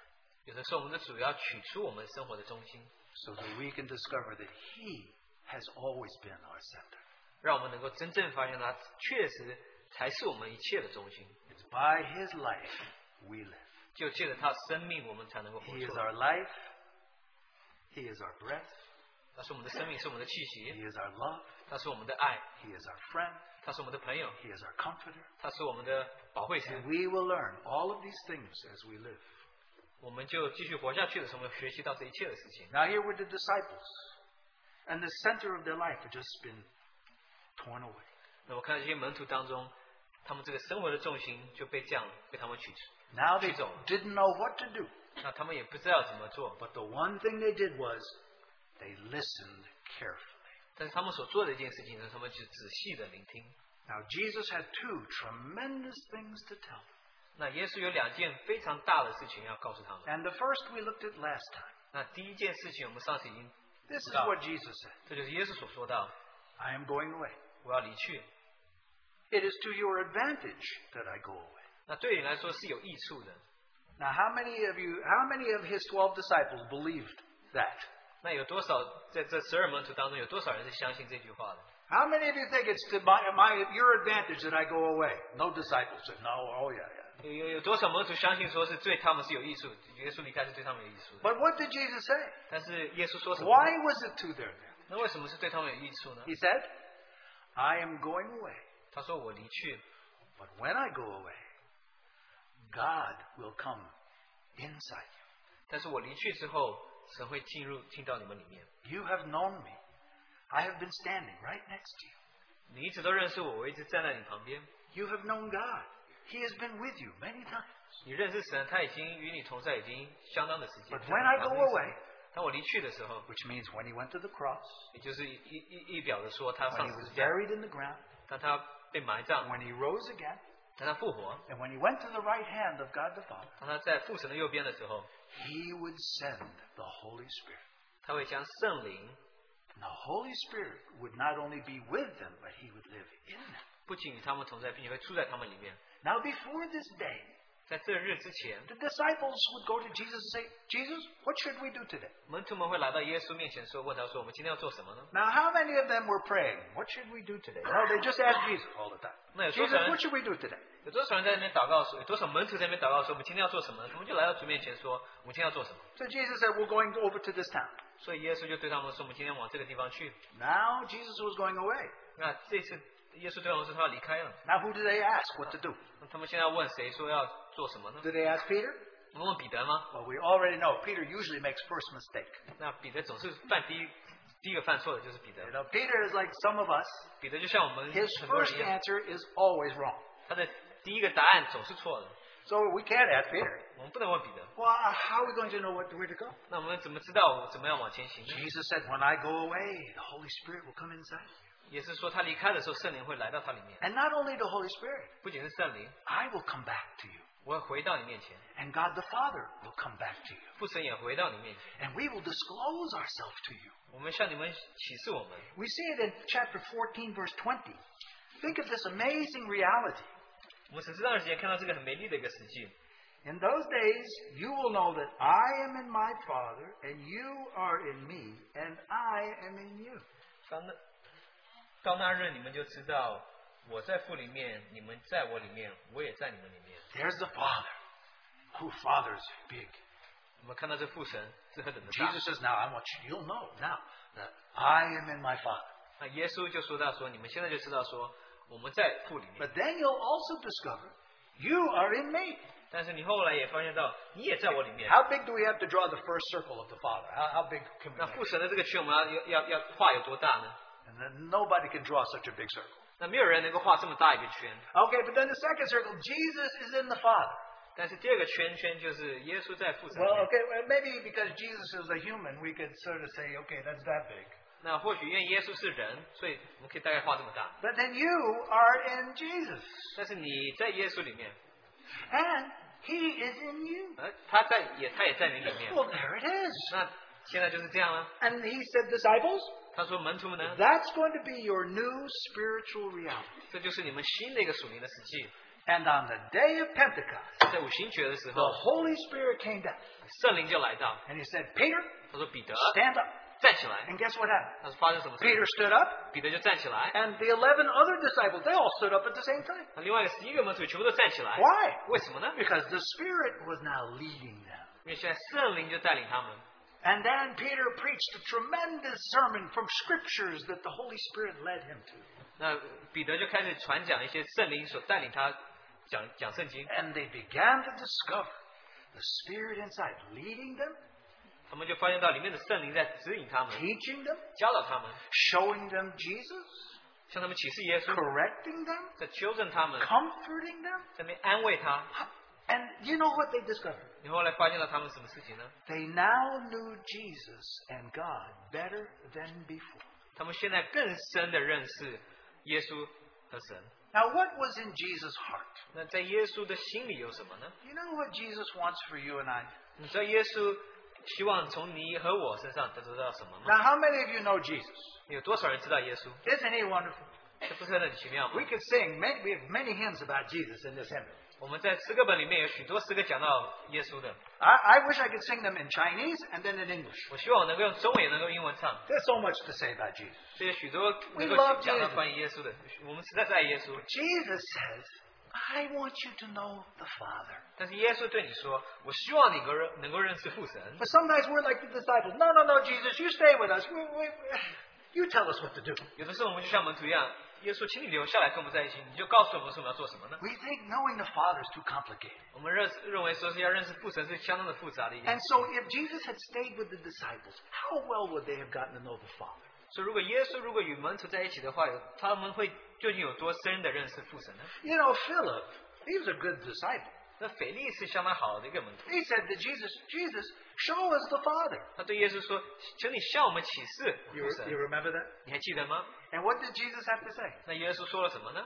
Speaker 1: 有的时候，我们的主要取出我们生活的中心，
Speaker 2: so that we can discover that He has always been our center.
Speaker 1: 让我们能够真正发现它确实才是我们一切的中心。
Speaker 2: It's by His life we live.
Speaker 1: 就借着他生命，我们才能够活
Speaker 2: He is
Speaker 1: 出来。
Speaker 2: our life, He is our breath,
Speaker 1: 他是我们的生命，是我们的气
Speaker 2: He
Speaker 1: 息，
Speaker 2: is our love,
Speaker 1: 他是我们的爱，
Speaker 2: He is our friend,
Speaker 1: 他是我们的朋友，
Speaker 2: He is our comforter.
Speaker 1: 他是我们的保惠师
Speaker 2: And。we will learn all of these things as we live.
Speaker 1: 我们就继续活下去的时候，我们学习到这一切的事情。
Speaker 2: Now, here were the disciples, and the center of their life had just been torn away.
Speaker 1: 那我看这些门徒当中，他们这个生活的重心就被这样被他们取出，
Speaker 2: Now they
Speaker 1: She's
Speaker 2: didn't know what to do.
Speaker 1: 那他们也不知道怎么做。
Speaker 2: But the one thing they did was they listened carefully.
Speaker 1: 但是他们所做的一件事情呢，他们就仔细的聆听。
Speaker 2: Now, Jesus had two tremendous things to tell.
Speaker 1: 那耶稣有两件非常大的事情要告诉他们。
Speaker 2: And the first we looked at last time.
Speaker 1: 那第一件事情，我们上次已经，
Speaker 2: This is
Speaker 1: Yeah.
Speaker 2: what Jesus said
Speaker 1: 这就是耶稣所说到，
Speaker 2: I am going away.
Speaker 1: 我要离去。
Speaker 2: It is to your advantage that I go away.
Speaker 1: 那对你来说是有益处的。
Speaker 2: Now, how many of you, how many of his 12 disciples believed that?
Speaker 1: 那有多少在这十二门徒当中，有多少人是相信这句话的？
Speaker 2: How many of you think it's to my, my, your advantage that I go away? No disciples said, no, oh yeah, yeah.
Speaker 1: 有有有多少门徒相信说是对他们是有益处，耶稣离开是对他们有益处的？
Speaker 2: But what did Jesus say?
Speaker 1: 但是耶稣说什么？
Speaker 2: Why was it to their advantage?
Speaker 1: 那为什么是对他们有益处呢？
Speaker 2: He said, I am going away,
Speaker 1: 他说我离去，
Speaker 2: but when I go away, God will come inside you.
Speaker 1: 但是我离去之后，神会进入进到你们里面。
Speaker 2: You have known me. I have been standing right next to you.
Speaker 1: 你一直都认识我，我一直站在你旁边。
Speaker 2: You have known God. He has been with you many times.
Speaker 1: 你认识神，他已经与你同在，已经相当的时间
Speaker 2: But。when I go away，
Speaker 1: 当我离去的时候，
Speaker 2: which means when he went to the cross,
Speaker 1: 也就是一一一一表的说他
Speaker 2: when
Speaker 1: 上
Speaker 2: he
Speaker 1: 十
Speaker 2: was
Speaker 1: 字架，
Speaker 2: buried in the ground,
Speaker 1: 当他被埋葬，
Speaker 2: when he rose again,
Speaker 1: 当他复活，
Speaker 2: and when he went to the right hand of God the Father,
Speaker 1: 当他在父神的右边的时候，
Speaker 2: he would send the Holy Spirit.
Speaker 1: 他会将圣灵
Speaker 2: And the Holy Spirit would not only be with them, but he would live in them.
Speaker 1: 不仅与他们同在，并且会住在他们里面。
Speaker 2: Now, before this day,
Speaker 1: 在这日之前，
Speaker 2: the disciples would go to Jesus and say, Jesus, what should we do today?
Speaker 1: 门徒们会来到耶稣面前说，问他说：“我们今天要做什么呢
Speaker 2: Now, how many of them were praying? What should we do today? No, they just asked Jesus all the time.
Speaker 1: No, it's
Speaker 2: Jesus,
Speaker 1: okay.
Speaker 2: what should we do today? ”
Speaker 1: 有多少人在那边祷告说，有多少门徒在那边祷告说：“我们今天要做什么呢？”他们就来到主面前说：“我们今天要做什么
Speaker 2: So Jesus said, We're going over to this town.？”
Speaker 1: 所以耶稣就对他们说：“我们今天往这个地方去。
Speaker 2: Now, Jesus was going away. ”
Speaker 1: 那这次耶稣对他们说他要离开了，
Speaker 2: Now, who do they ask what to do?
Speaker 1: 那他们现在问谁说要做什么呢？
Speaker 2: Do they ask Peter?
Speaker 1: 他们问彼得吗？
Speaker 2: Well, we already know Peter usually makes first mistake.
Speaker 1: 那彼得总是犯第一第一个犯错的就是彼
Speaker 2: You
Speaker 1: 得，
Speaker 2: know, Peter is like some of us.
Speaker 1: 彼得就像我们
Speaker 2: His
Speaker 1: 很多
Speaker 2: first
Speaker 1: 人一样，
Speaker 2: answer is always wrong.
Speaker 1: 他的第一个答案总是错的。
Speaker 2: So we can't ask Peter.
Speaker 1: 我们不能问彼得，
Speaker 2: Well, uh, how are we going to know what, where to go?
Speaker 1: 那我们怎么知道我怎么样往前行呢？
Speaker 2: Jesus said, When I go away, the Holy Spirit will come inside.
Speaker 1: 也是说他离开的时候，圣灵会来到他里面，
Speaker 2: And not only the Holy Spirit,
Speaker 1: 不仅是圣灵，
Speaker 2: I will come back to you.
Speaker 1: 我会回到你面前，
Speaker 2: And God the Father will come back to you.
Speaker 1: 父神也回到你面前，
Speaker 2: And we will disclose ourselves to you.
Speaker 1: 我们向你们启示我们。
Speaker 2: We see it in chapter 14, verse 20. Think of this amazing reality.
Speaker 1: 我们十四章时节看到这个很美丽的一个实际，
Speaker 2: In those days, you will know that I am in my Father, and you are in me, and I am in you.
Speaker 1: 到那到那日你们就知道我在父里面，你们在我里面，我也在你们里面。
Speaker 2: There's the Father. Who Father's big.
Speaker 1: 我们看到这父神是何等的大
Speaker 2: Jesus，says, Now I want you, you'll know now that I am in my Father.
Speaker 1: 那耶稣就说到说，你们现在就知道说我们在父里面，
Speaker 2: But then you'll also discover you are in me.
Speaker 1: 但是你后来也发现到你也在我里面。
Speaker 2: How big do we have to draw the first circle of the Father? How, how big can we
Speaker 1: 那
Speaker 2: make
Speaker 1: 父
Speaker 2: it?
Speaker 1: 神的这个圈我们要要要要画有多大呢？
Speaker 2: And then nobody can draw such a big circle.
Speaker 1: 那没有人能够画这么大一个圈。
Speaker 2: Okay, but then the second circle, Jesus is in the Father.
Speaker 1: 但是第二个圈圈就是耶稣在父神里
Speaker 2: Well,
Speaker 1: 面。
Speaker 2: okay, well, maybe because Jesus is a human, we could sort of say, okay, that's that big.
Speaker 1: 那或许因为耶稣是人，所以我们可以大概画这么大。
Speaker 2: But then you are in Jesus,
Speaker 1: 但是你在耶稣里面，
Speaker 2: and He is in you.
Speaker 1: 而他在也他也在你里面。
Speaker 2: Well, there it is.
Speaker 1: 那现在就是这样了。
Speaker 2: And He said, disciples,
Speaker 1: 他说门徒们呢，
Speaker 2: that's going to be your new spiritual reality.
Speaker 1: 这就是你们新的一个属灵的实际。
Speaker 2: And on the day of Pentecost,
Speaker 1: 在五行诀的时
Speaker 2: the
Speaker 1: 候，
Speaker 2: Holy Spirit came down
Speaker 1: 圣灵就来到，
Speaker 2: and he said, Peter,
Speaker 1: 他说彼得
Speaker 2: stand up.
Speaker 1: 站起来。
Speaker 2: And guess what happened?
Speaker 1: 他说发生什么事？
Speaker 2: Peter stood up,
Speaker 1: 彼得就站起来。
Speaker 2: and the 11 other disciples, they all stood up at the same time.
Speaker 1: 那另外十一个门徒全部都站起来。
Speaker 2: Why?
Speaker 1: 为什么呢？
Speaker 2: Because the Spirit was now leading them.
Speaker 1: 因为现在圣灵就带领他们。
Speaker 2: And then Peter preached a tremendous sermon from scriptures that the Holy Spirit led him to.
Speaker 1: 那彼得就开始传讲一些圣灵所带领他讲讲圣经，
Speaker 2: And they began to discover the Spirit inside leading them,
Speaker 1: 他们就发现到里面的圣灵在指引他们，
Speaker 2: teaching them,
Speaker 1: 教导他们，
Speaker 2: showing them Jesus,
Speaker 1: 向他们启示耶稣，
Speaker 2: correcting them,
Speaker 1: 在纠正他们，
Speaker 2: comforting them.
Speaker 1: 在那边安慰他。
Speaker 2: And you know what they discovered?
Speaker 1: 你后来发现了他们什么事情呢？
Speaker 2: They now knew Jesus and God better than before.
Speaker 1: 他们现在更深的认识耶稣和神。
Speaker 2: Now, what was in Jesus' heart?
Speaker 1: 那在耶稣的心里有什么呢？
Speaker 2: You know what Jesus wants for you and I?
Speaker 1: 你知道耶稣希望从你和我身上得到什么吗？
Speaker 2: Now, how many of you know Jesus?
Speaker 1: 有多少人知道耶稣？
Speaker 2: Isn't he wonderful?
Speaker 1: 这不是很奇妙吗
Speaker 2: We？could sing many, we have many hymns about Jesus in this hymn.
Speaker 1: 我们在诗歌本里面有许多诗歌讲到耶稣的，
Speaker 2: I, I wish I could sing them in Chinese and then in English.
Speaker 1: 我希望我能够用中文也能够英文唱，
Speaker 2: There's so much to say about Jesus.
Speaker 1: 这有许多
Speaker 2: We
Speaker 1: 能够
Speaker 2: love
Speaker 1: 讲到
Speaker 2: Jesus.
Speaker 1: 关于耶稣的。我们实在是爱耶稣，
Speaker 2: Jesus says, I want you to know the Father.
Speaker 1: 但是耶稣对你说：“我希望你能够认能够认识父神。
Speaker 2: But sometimes we're like the disciples. No, no, no, Jesus, you stay with us. We, we, you tell us what to do. ”
Speaker 1: 有的时候我们就像门徒一样，耶稣，请你留下来跟我们在一起，你就告诉我们说我们要做什么呢？
Speaker 2: We think knowing the Father is too complicated.
Speaker 1: 我们认识认为说是要认识父神是相当的复杂的一件
Speaker 2: And
Speaker 1: 事。
Speaker 2: so if Jesus had stayed with the disciples, how well would they have gotten to know the Father?
Speaker 1: 所以如果耶稣如果与门徒在一起的话，有他们会究竟有多深的认识父神呢？
Speaker 2: You know, Philip, he was a good disciple.
Speaker 1: 那腓力是相当好的一个门徒，
Speaker 2: He said to Jesus, Jesus, show us the Father.
Speaker 1: 他对耶稣说：“请你向我们启示父
Speaker 2: You,
Speaker 1: 神
Speaker 2: you。remember that? ”
Speaker 1: 你还记得吗？
Speaker 2: And what did Jesus have to say?
Speaker 1: 那耶稣说了什么呢？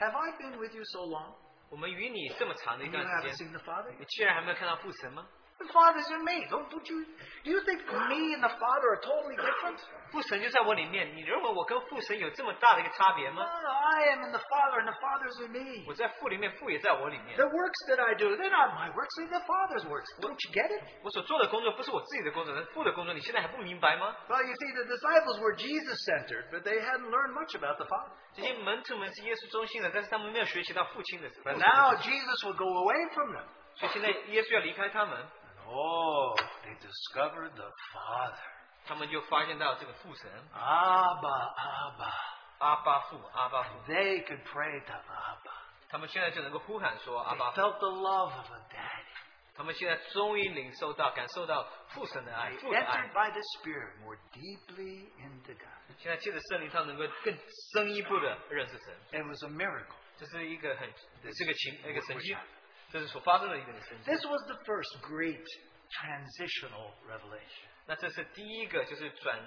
Speaker 2: Have I been with you so long?
Speaker 1: 我们与你这么长的一
Speaker 2: And you
Speaker 1: 段
Speaker 2: haven't
Speaker 1: 时间，
Speaker 2: seen the Father?
Speaker 1: 你居然还没有看到父神吗？
Speaker 2: The Father's in me. Don't, don't you? Do you think me and the Father are totally different?
Speaker 1: 父神就在我里面，你认为我跟父神有这么大的一个差别
Speaker 2: No,
Speaker 1: 吗？
Speaker 2: I am in the Father, and the Father's in me.
Speaker 1: 我在父里面，父也在我里面。
Speaker 2: The works that I do, they're not my works, they're the Father's works. Don't you get it?
Speaker 1: 我所做的工作不是我自己的工作，是父的工作。你现在还不明白吗？
Speaker 2: Well, you see, the disciples were Jesus centered, but they hadn't learned much about the Father.
Speaker 1: 这些门徒们是耶稣中心的，但是他们没有学习到父亲的。
Speaker 2: But now Jesus will go away from them.
Speaker 1: 所以现在耶稣要离开他们，
Speaker 2: Oh, they discovered the Father.
Speaker 1: 他们就发现到这个父神
Speaker 2: Abba, Abba.
Speaker 1: 阿巴父阿巴父，
Speaker 2: They could pray to Abba.
Speaker 1: 他们现在就能够呼喊说阿
Speaker 2: They
Speaker 1: 巴父。
Speaker 2: felt the love of a daddy.
Speaker 1: 他们现在终于领受到、感受到父神的爱，
Speaker 2: They
Speaker 1: 父的
Speaker 2: entered
Speaker 1: 爱。
Speaker 2: by the Spirit more deeply into God.
Speaker 1: 现在借着圣灵，他能够更深一步的认识神，
Speaker 2: It was a miracle.
Speaker 1: 这是一个很，这是个情，一个神迹
Speaker 2: This，
Speaker 1: 这是所发生的一个神迹。
Speaker 2: This was the first great transitional revelation.
Speaker 1: 那这是第一个，就是转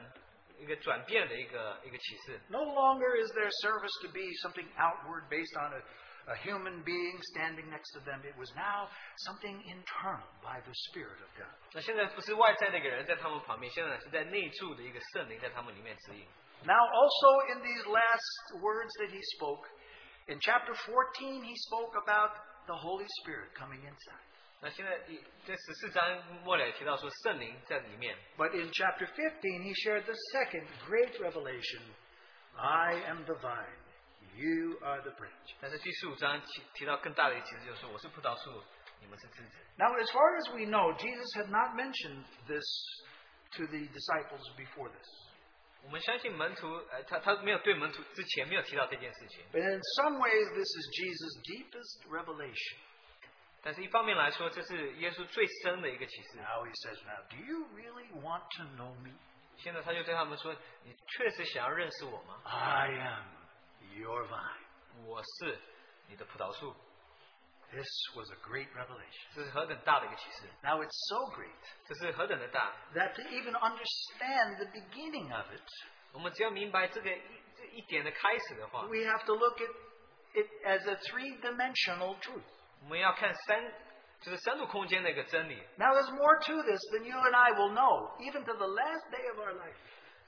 Speaker 1: 一个转变的一个一个启示。
Speaker 2: No longer is their service to be something outward based on a, a human being standing next to them. It was now something internal by the Spirit of God.
Speaker 1: 那现在不是外在的一个人在他们旁边，现在是在内住的一个圣灵在他们里面指引。
Speaker 2: Now, also in these last words that he spoke, in chapter 14, he spoke about the Holy Spirit coming inside.
Speaker 1: 那现在第这十四章末了也提到说圣灵在里面，
Speaker 2: But in chapter 15, he shared the second great revelation I am the vine, you are the branch.
Speaker 1: 但是第十五章提提到更大的一个启示，就是说我是葡萄树，你们是枝子。
Speaker 2: Now, as far as we know, Jesus had not mentioned this to the disciples before this.
Speaker 1: 我们相信门徒，呃，他他没有对门徒之前没有提到这件事情，
Speaker 2: But in some ways, this is Jesus' deepest revelation.
Speaker 1: 但是一方面来说，这是耶稣最深的一个启示。
Speaker 2: Now he says, Now, do you really want to know me?
Speaker 1: 现在他就对他们说：“你确实想要认识我吗？
Speaker 2: I am your vine.
Speaker 1: 我是你的葡萄树。
Speaker 2: This was a great revelation. ”
Speaker 1: 这是何等大的一个启示！
Speaker 2: Now, it's so great
Speaker 1: 这是何等的大！
Speaker 2: that to even understand the beginning of it,
Speaker 1: 我们只要明白这个一这一点的开始的话，
Speaker 2: we have to look at it as a three dimensional truth.
Speaker 1: 我们要看三，就是三度空间的一个真理。
Speaker 2: Now, there's more to this than you and I will know, even to the last day of our life.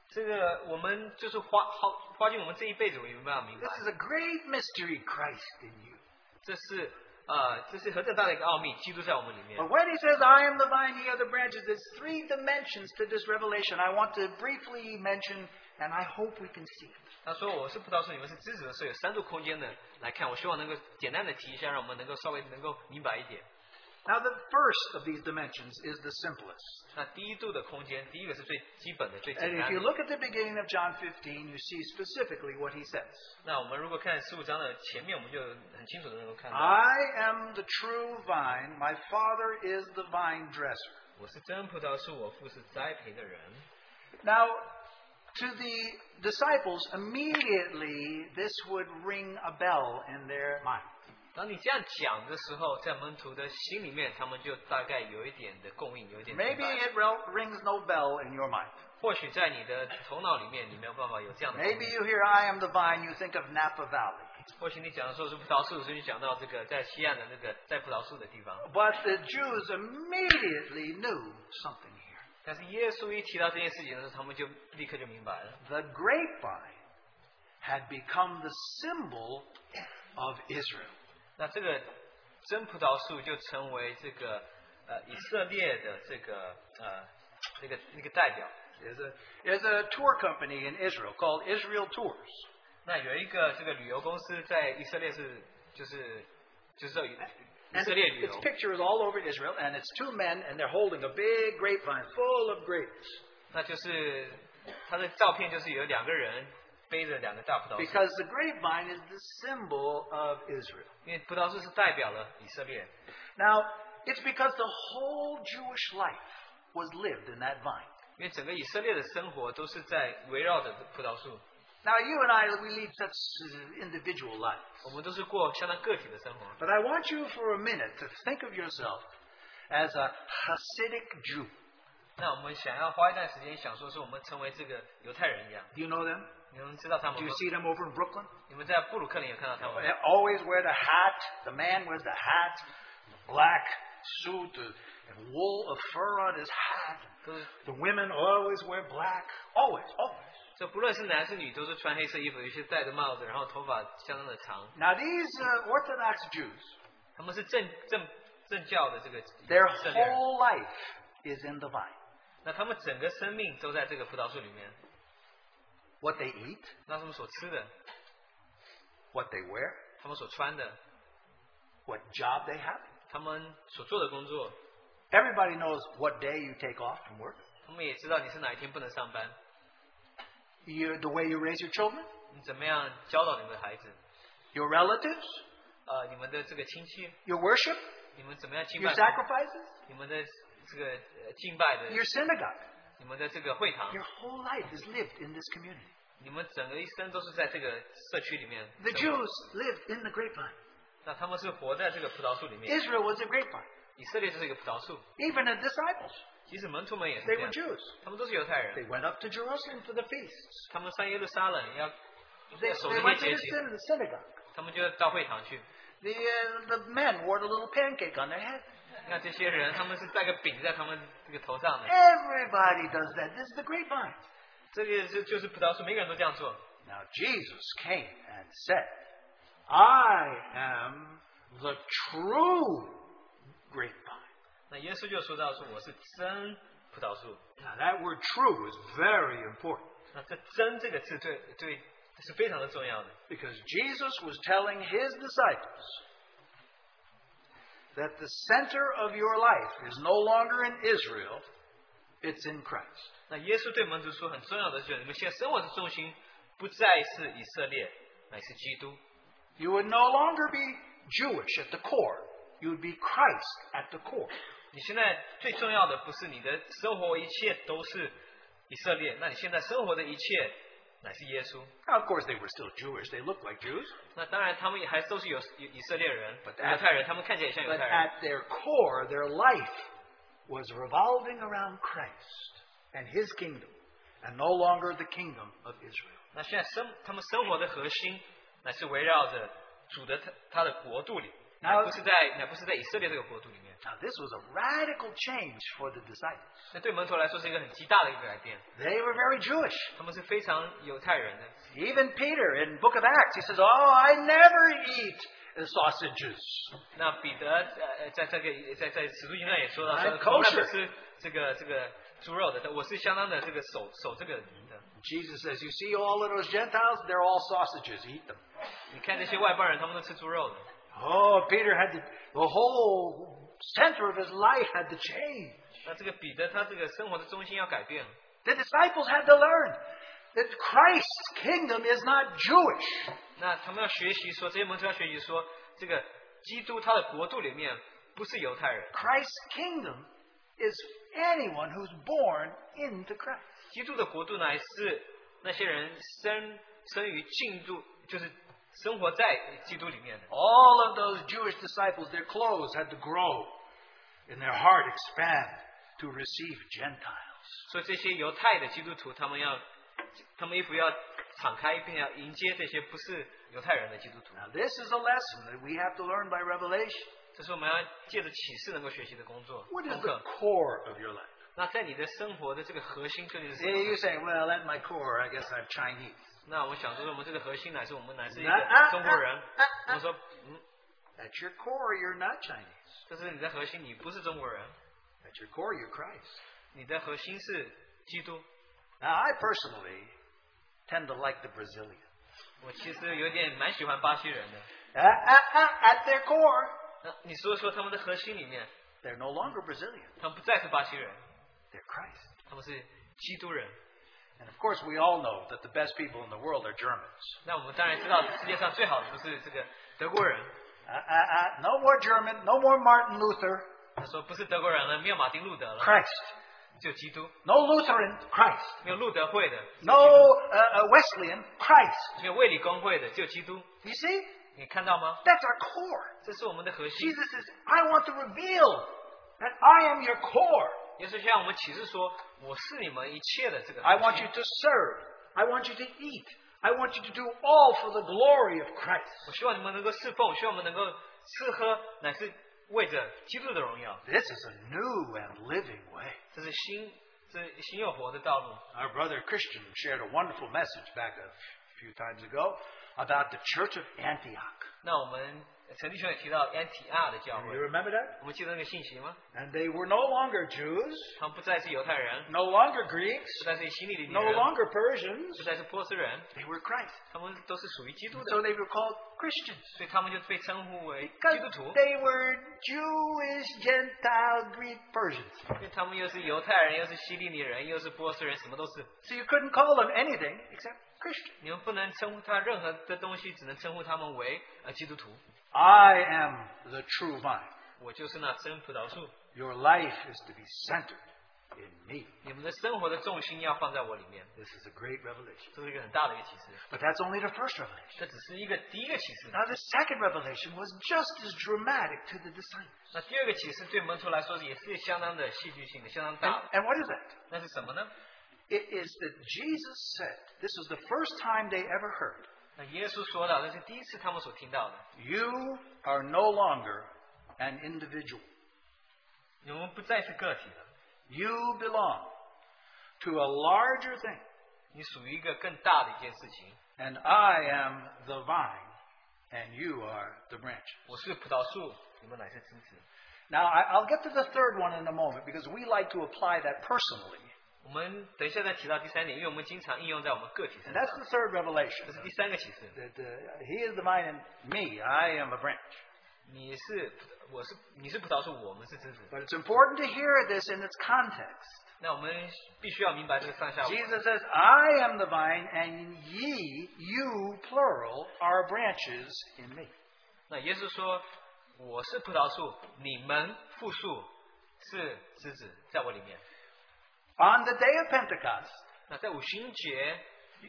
Speaker 1: 这个我们就是花好花尽我们这一辈子，我们没有办法明白
Speaker 2: This。is a great mystery, Christ in you.
Speaker 1: 这是呃，这是何等大的一个奥秘，基督在我们里面。
Speaker 2: But when he says, I am the vine, ye are the branches, there's three dimensions to this revelation I want to briefly mention, and I hope we can see it.
Speaker 1: 他说我是葡萄树，你们是枝子的时候，有三度空间的来看，我希望能够简单的提一下，让我们能够稍微能够明白一点。
Speaker 2: Now, the first of these dimensions is the simplest.
Speaker 1: 那第一度的空间，第一个是最基本的、最
Speaker 2: And
Speaker 1: 简
Speaker 2: if
Speaker 1: 单
Speaker 2: you
Speaker 1: 的。
Speaker 2: 哎 look at the beginning of John 15, you see specifically what he says
Speaker 1: 那我们如果看十五章的前面，我们就很清楚的能够看到，
Speaker 2: I am the true vine, my Father is the vine dresser.
Speaker 1: 我是真葡萄树，我父是栽培的人。
Speaker 2: Now, to the disciples, immediately this would ring a bell in their mind.
Speaker 1: 当你这样讲的时候，在门徒的心里面，他们就大概有一点的共应，有一点明
Speaker 2: Maybe
Speaker 1: 白。
Speaker 2: it rel- rings no bell in your mind.
Speaker 1: 或许在你的头脑里面，你没有办法有这样的共
Speaker 2: Maybe
Speaker 1: 鸣。
Speaker 2: you hear I am the vine, you think of Napa Valley.
Speaker 1: 或许你讲的时候是葡萄树，所以你讲到这个在西岸的那个在葡萄树的地方。
Speaker 2: But the Jews immediately knew something here.
Speaker 1: 但是耶稣一提到这件事情的时候，他们就立刻就明白了。
Speaker 2: The grapevine had become the symbol of Israel.
Speaker 1: 那这个真葡萄树就成为这个呃以色列的这个呃那个那个代表。
Speaker 2: There's a, there's a tour company in Israel called Israel Tours.
Speaker 1: 那有一个这个旅游公司在以色列是就是就是这以
Speaker 2: And
Speaker 1: 色列旅
Speaker 2: its
Speaker 1: 游，
Speaker 2: picture is all over Israel, and it's two men, and they're holding a big grapevine full of grapes
Speaker 1: 那就是他的照片就是有两个人背着两个大葡萄树，
Speaker 2: because the grapevine is the symbol of Israel.
Speaker 1: 因为葡萄树是代表了以色列。
Speaker 2: Now, it's because the whole Jewish life was lived in that vine.
Speaker 1: 因为整个以色列的生活都是在围绕着葡萄树，
Speaker 2: Now, you and I, we lead such uh, individual lives.
Speaker 1: 我们都是过相当个体的生活。
Speaker 2: But I want you for a minute to think of yourself as a Hasidic Jew.
Speaker 1: 那我们想要花一段时间想说，是我们成为这个犹太人一样。
Speaker 2: Do you know them?
Speaker 1: 你们知道他们
Speaker 2: Do
Speaker 1: 吗
Speaker 2: you？see them over in Brooklyn?
Speaker 1: 你们在布鲁克林有看到他们
Speaker 2: They
Speaker 1: 吗？
Speaker 2: always wear the hat. The man wears the hat, the black suit, the and wool of fur on his hat.
Speaker 1: 都是
Speaker 2: The women always wear black. Always, always.
Speaker 1: 这不论是男是女，都是穿黑色衣服，有些戴着帽子，然后头发相当的长。
Speaker 2: Now these uh, Orthodox Jews,
Speaker 1: 他们是正正正教的这个
Speaker 2: their
Speaker 1: 以色列人
Speaker 2: whole life is in the vine.
Speaker 1: 那他们整个生命都在这个葡萄树里面。
Speaker 2: What they eat,
Speaker 1: 那他们所吃的，
Speaker 2: what they wear,
Speaker 1: 他们所穿的，
Speaker 2: what job they have.
Speaker 1: 他们所做的工作，
Speaker 2: Everybody knows what day you take off from work.
Speaker 1: 他们也知道你是哪一天不能上班，
Speaker 2: You, the way you raise your children,
Speaker 1: 你怎么样教导你们的孩子，
Speaker 2: your relatives,
Speaker 1: 呃，你们的这个亲戚，
Speaker 2: your worship,
Speaker 1: 你们怎么样敬
Speaker 2: your
Speaker 1: 拜，
Speaker 2: sacrifices,
Speaker 1: 你们的这个呃敬拜的，
Speaker 2: your synagogue.
Speaker 1: 你们的这个会堂，
Speaker 2: Your whole life is lived in this community.
Speaker 1: 你们整个一生都是在这个社区里面
Speaker 2: The
Speaker 1: 生活
Speaker 2: Jews lived in the grapevine.
Speaker 1: 那他们是活在这个葡萄树里面。
Speaker 2: Israel was a grapevine.
Speaker 1: 以色列就是一个葡萄树，
Speaker 2: Even the disciples,
Speaker 1: 其实门徒们也是
Speaker 2: they
Speaker 1: 这
Speaker 2: were
Speaker 1: 样，
Speaker 2: Jews.
Speaker 1: 他们都是犹太
Speaker 2: They
Speaker 1: 人，
Speaker 2: went up to Jerusalem for the feasts.
Speaker 1: 他们上耶路撒冷要
Speaker 2: They,
Speaker 1: 要守
Speaker 2: they
Speaker 1: 那些
Speaker 2: went to
Speaker 1: 节
Speaker 2: the
Speaker 1: 期，
Speaker 2: syn- synagogue.
Speaker 1: 他们就到会堂去。
Speaker 2: The, uh, the men wore the little pancake on their head.
Speaker 1: 你看这些人，他们是带个饼在他们这个头上的，
Speaker 2: Everybody does that. This is the grapevine.
Speaker 1: 这个就就是葡萄树，每个人都这样做。
Speaker 2: Now Jesus came and said, I am the true grapevine.
Speaker 1: 那耶稣就说到说我是真葡萄树，
Speaker 2: Now that word true is very important.
Speaker 1: 那这“真”这个字对对是非常的重要的，
Speaker 2: Because Jesus was telling his disciples that the center of your life is no longer in Israel, it's in Christ.
Speaker 1: 那耶稣对门徒说很重要的就是，你们现在生活的重心不再是以色列，乃是基督。
Speaker 2: You would no longer be Jewish at the core, you would be Christ at the core.
Speaker 1: 你现在最重要的不是你的生活一切都是以色列，那你现在生活的一切乃是耶稣。
Speaker 2: Now, of course, they were still Jewish, they looked like Jews,
Speaker 1: 那当然，他们也还都是有以以色列人、
Speaker 2: But that-
Speaker 1: 犹太人，他们看起来也像犹
Speaker 2: but
Speaker 1: 太人
Speaker 2: at。their core, their life was revolving around Christ and his kingdom, and no longer the kingdom of Israel.
Speaker 1: 那现在生他们生活的核心乃是围绕着主的他他的国度里，
Speaker 2: 然后
Speaker 1: 乃不是在乃不是在以色列这个国度里面。
Speaker 2: Now, this was a radical change for the disciples.
Speaker 1: 那对门徒来说是一个很极大的一个改变，
Speaker 2: They were very Jewish.
Speaker 1: 他们是非常犹太人的。
Speaker 2: Even Peter in Book of Acts, he says, "Oh, I never eat sausages."
Speaker 1: 那彼得呃在这个在在使徒行传也说到，
Speaker 2: I'm
Speaker 1: 说从来
Speaker 2: kosher
Speaker 1: 不吃这个这个猪肉的，我是相当的这个守守这个人的。
Speaker 2: Jesus says, "You see all of those Gentiles? They're all sausages. Eat them."
Speaker 1: 你看这些外邦人，他们都吃猪肉的。
Speaker 2: Oh, Peter had to, the whole center of his life had to change.
Speaker 1: 那这个彼得他这个生活的中心要改变，
Speaker 2: The disciples had to learn that Christ's kingdom is not Jewish.
Speaker 1: 那他们要学习说，这些门徒要学习说，这个基督他的国度里面不是犹太人，
Speaker 2: Christ's kingdom is anyone who's born into Christ.
Speaker 1: 基督的国度乃是那些人生生于进度，就是生活在基督里面的。
Speaker 2: All of those Jewish disciples, their clothes had to grow and their heart expand to receive Gentiles.
Speaker 1: 所以这些犹太的基督徒，他们要，他们衣服要敞开一片，要迎接这些不是犹太人的基督徒。
Speaker 2: Now, this is a lesson that we have to learn by revelation.
Speaker 1: 这是我们要借着启示能够学习的工作
Speaker 2: What is
Speaker 1: 功
Speaker 2: the
Speaker 1: 课。
Speaker 2: core of your life?
Speaker 1: 那在你的生活的这个核心究竟是什
Speaker 2: Yeah, you
Speaker 1: 么？
Speaker 2: say, well, at my core, I guess I'm Chinese.
Speaker 1: 那我想说，我们这个核心乃是我们乃是一
Speaker 2: 啊啊
Speaker 1: 个中国人
Speaker 2: 啊啊。
Speaker 1: 我们说，嗯，
Speaker 2: At your core, you're not Chinese.
Speaker 1: 这是你的核心，你不是中国人，
Speaker 2: At your core, you're Christ.
Speaker 1: 你的核心是基督。
Speaker 2: Now, I personally tend to like the Brazilian.
Speaker 1: 我其实有点蛮喜欢巴西人的。
Speaker 2: Uh, uh, uh, at their core,
Speaker 1: 那你说说他们的核心里面，
Speaker 2: they're no longer Brazilian.
Speaker 1: 他们不再是巴西人，
Speaker 2: They're Christ.
Speaker 1: 他们是基督人。
Speaker 2: And of course, we all know that the best people in the world are Germans.
Speaker 1: 那我们当然知道世界上最好的不是这个德国人。
Speaker 2: Uh, uh, uh, no more German, no more Martin Luther,
Speaker 1: 他说不是德国人了，没有马丁路德了，
Speaker 2: Christ.
Speaker 1: 只有基督，
Speaker 2: No Lutheran, Christ.
Speaker 1: 没有路德会的，只有
Speaker 2: No
Speaker 1: 基督
Speaker 2: uh, uh, Wesleyan, Christ.
Speaker 1: 没有卫理公会的，只有基督。
Speaker 2: You see?
Speaker 1: 你看到吗？
Speaker 2: That's our core.
Speaker 1: 这是我们的核心。
Speaker 2: Jesus says, I want to reveal that I am your core.
Speaker 1: 也是向我们启示说，我是你们一切的这个。
Speaker 2: I want you to serve. I want you to eat. I want you to do all for the glory of Christ.
Speaker 1: 我希望你们能够侍奉，我希望我们能够吃喝，乃是为着基督的荣耀。
Speaker 2: This is a new and living way.
Speaker 1: 这是新，这是新又活的道路。
Speaker 2: Our brother Christian shared a wonderful message back a few times ago about the church of Antioch.
Speaker 1: 那我们陈弟兄也提到安提阿的教
Speaker 2: You
Speaker 1: 会，
Speaker 2: remember that?
Speaker 1: 我们记得那个信息吗？
Speaker 2: And they were no longer Jews,
Speaker 1: 他们不再是犹太人，
Speaker 2: no longer Greeks,
Speaker 1: 不再是希利里
Speaker 2: no
Speaker 1: 人，
Speaker 2: longer Persians.
Speaker 1: 不再是波斯人，
Speaker 2: They were Christ.
Speaker 1: 他们都是属于基督的，
Speaker 2: So they were called Christians.
Speaker 1: 所以他们就被称呼为基
Speaker 2: Because
Speaker 1: 督徒，
Speaker 2: they were Jewish, Gentile, Greek, Persians.
Speaker 1: 因为他们又是犹太人，又是希利尼人，又是波斯人，什么都是。
Speaker 2: So you couldn't call them anything except Christian.
Speaker 1: 你们不能称呼他任何的东西，只能称呼他们为呃基督徒。
Speaker 2: I am the true vine.
Speaker 1: 我就是那真葡萄树，
Speaker 2: Your life is to be centered in me.
Speaker 1: 你们的生活的重心要放在我里面，
Speaker 2: This is a great revelation.
Speaker 1: 这是一个很大的一个启示。
Speaker 2: But that's only the first revelation.
Speaker 1: 这只是一个第一个启示，
Speaker 2: Now, the second revelation was just as dramatic to the disciples.
Speaker 1: 那第二个启示对门徒来说也是相当的戏剧性的，相当
Speaker 2: And,
Speaker 1: 大的。
Speaker 2: and what is that?
Speaker 1: 那是什么呢？
Speaker 2: It is that Jesus said, this was the first time they ever heard,
Speaker 1: 那耶稣说到，那是第一次他们所听到的。
Speaker 2: You are no longer an individual.
Speaker 1: 你们不再是个体了，
Speaker 2: You belong to a larger thing,
Speaker 1: 你属于一个更大的一件事情。
Speaker 2: and I am the vine, and you are the branch.
Speaker 1: 我是葡萄树，你们乃是枝子。
Speaker 2: Now, I- I'll get to the third one in a moment because we like to apply that personally.
Speaker 1: 我们等一下再提到第三点，因为我们经常应用在我们个体身
Speaker 2: And
Speaker 1: 上
Speaker 2: that's。the third
Speaker 1: 这是
Speaker 2: revelation
Speaker 1: 第三个启示，
Speaker 2: that uh, He is the vine and me, I am a branch.
Speaker 1: 你是我是你是葡萄树，我们是枝子。
Speaker 2: But it's important to hear this in its context.
Speaker 1: 那我们必须要明白这个上下文。
Speaker 2: Jesus says, I am the vine, and ye, you, plural, are branches in me.
Speaker 1: 那耶稣说：“我是葡萄树，你们复数是枝子，在我里面。
Speaker 2: On the day of Pentecost, ”
Speaker 1: 那在五旬节，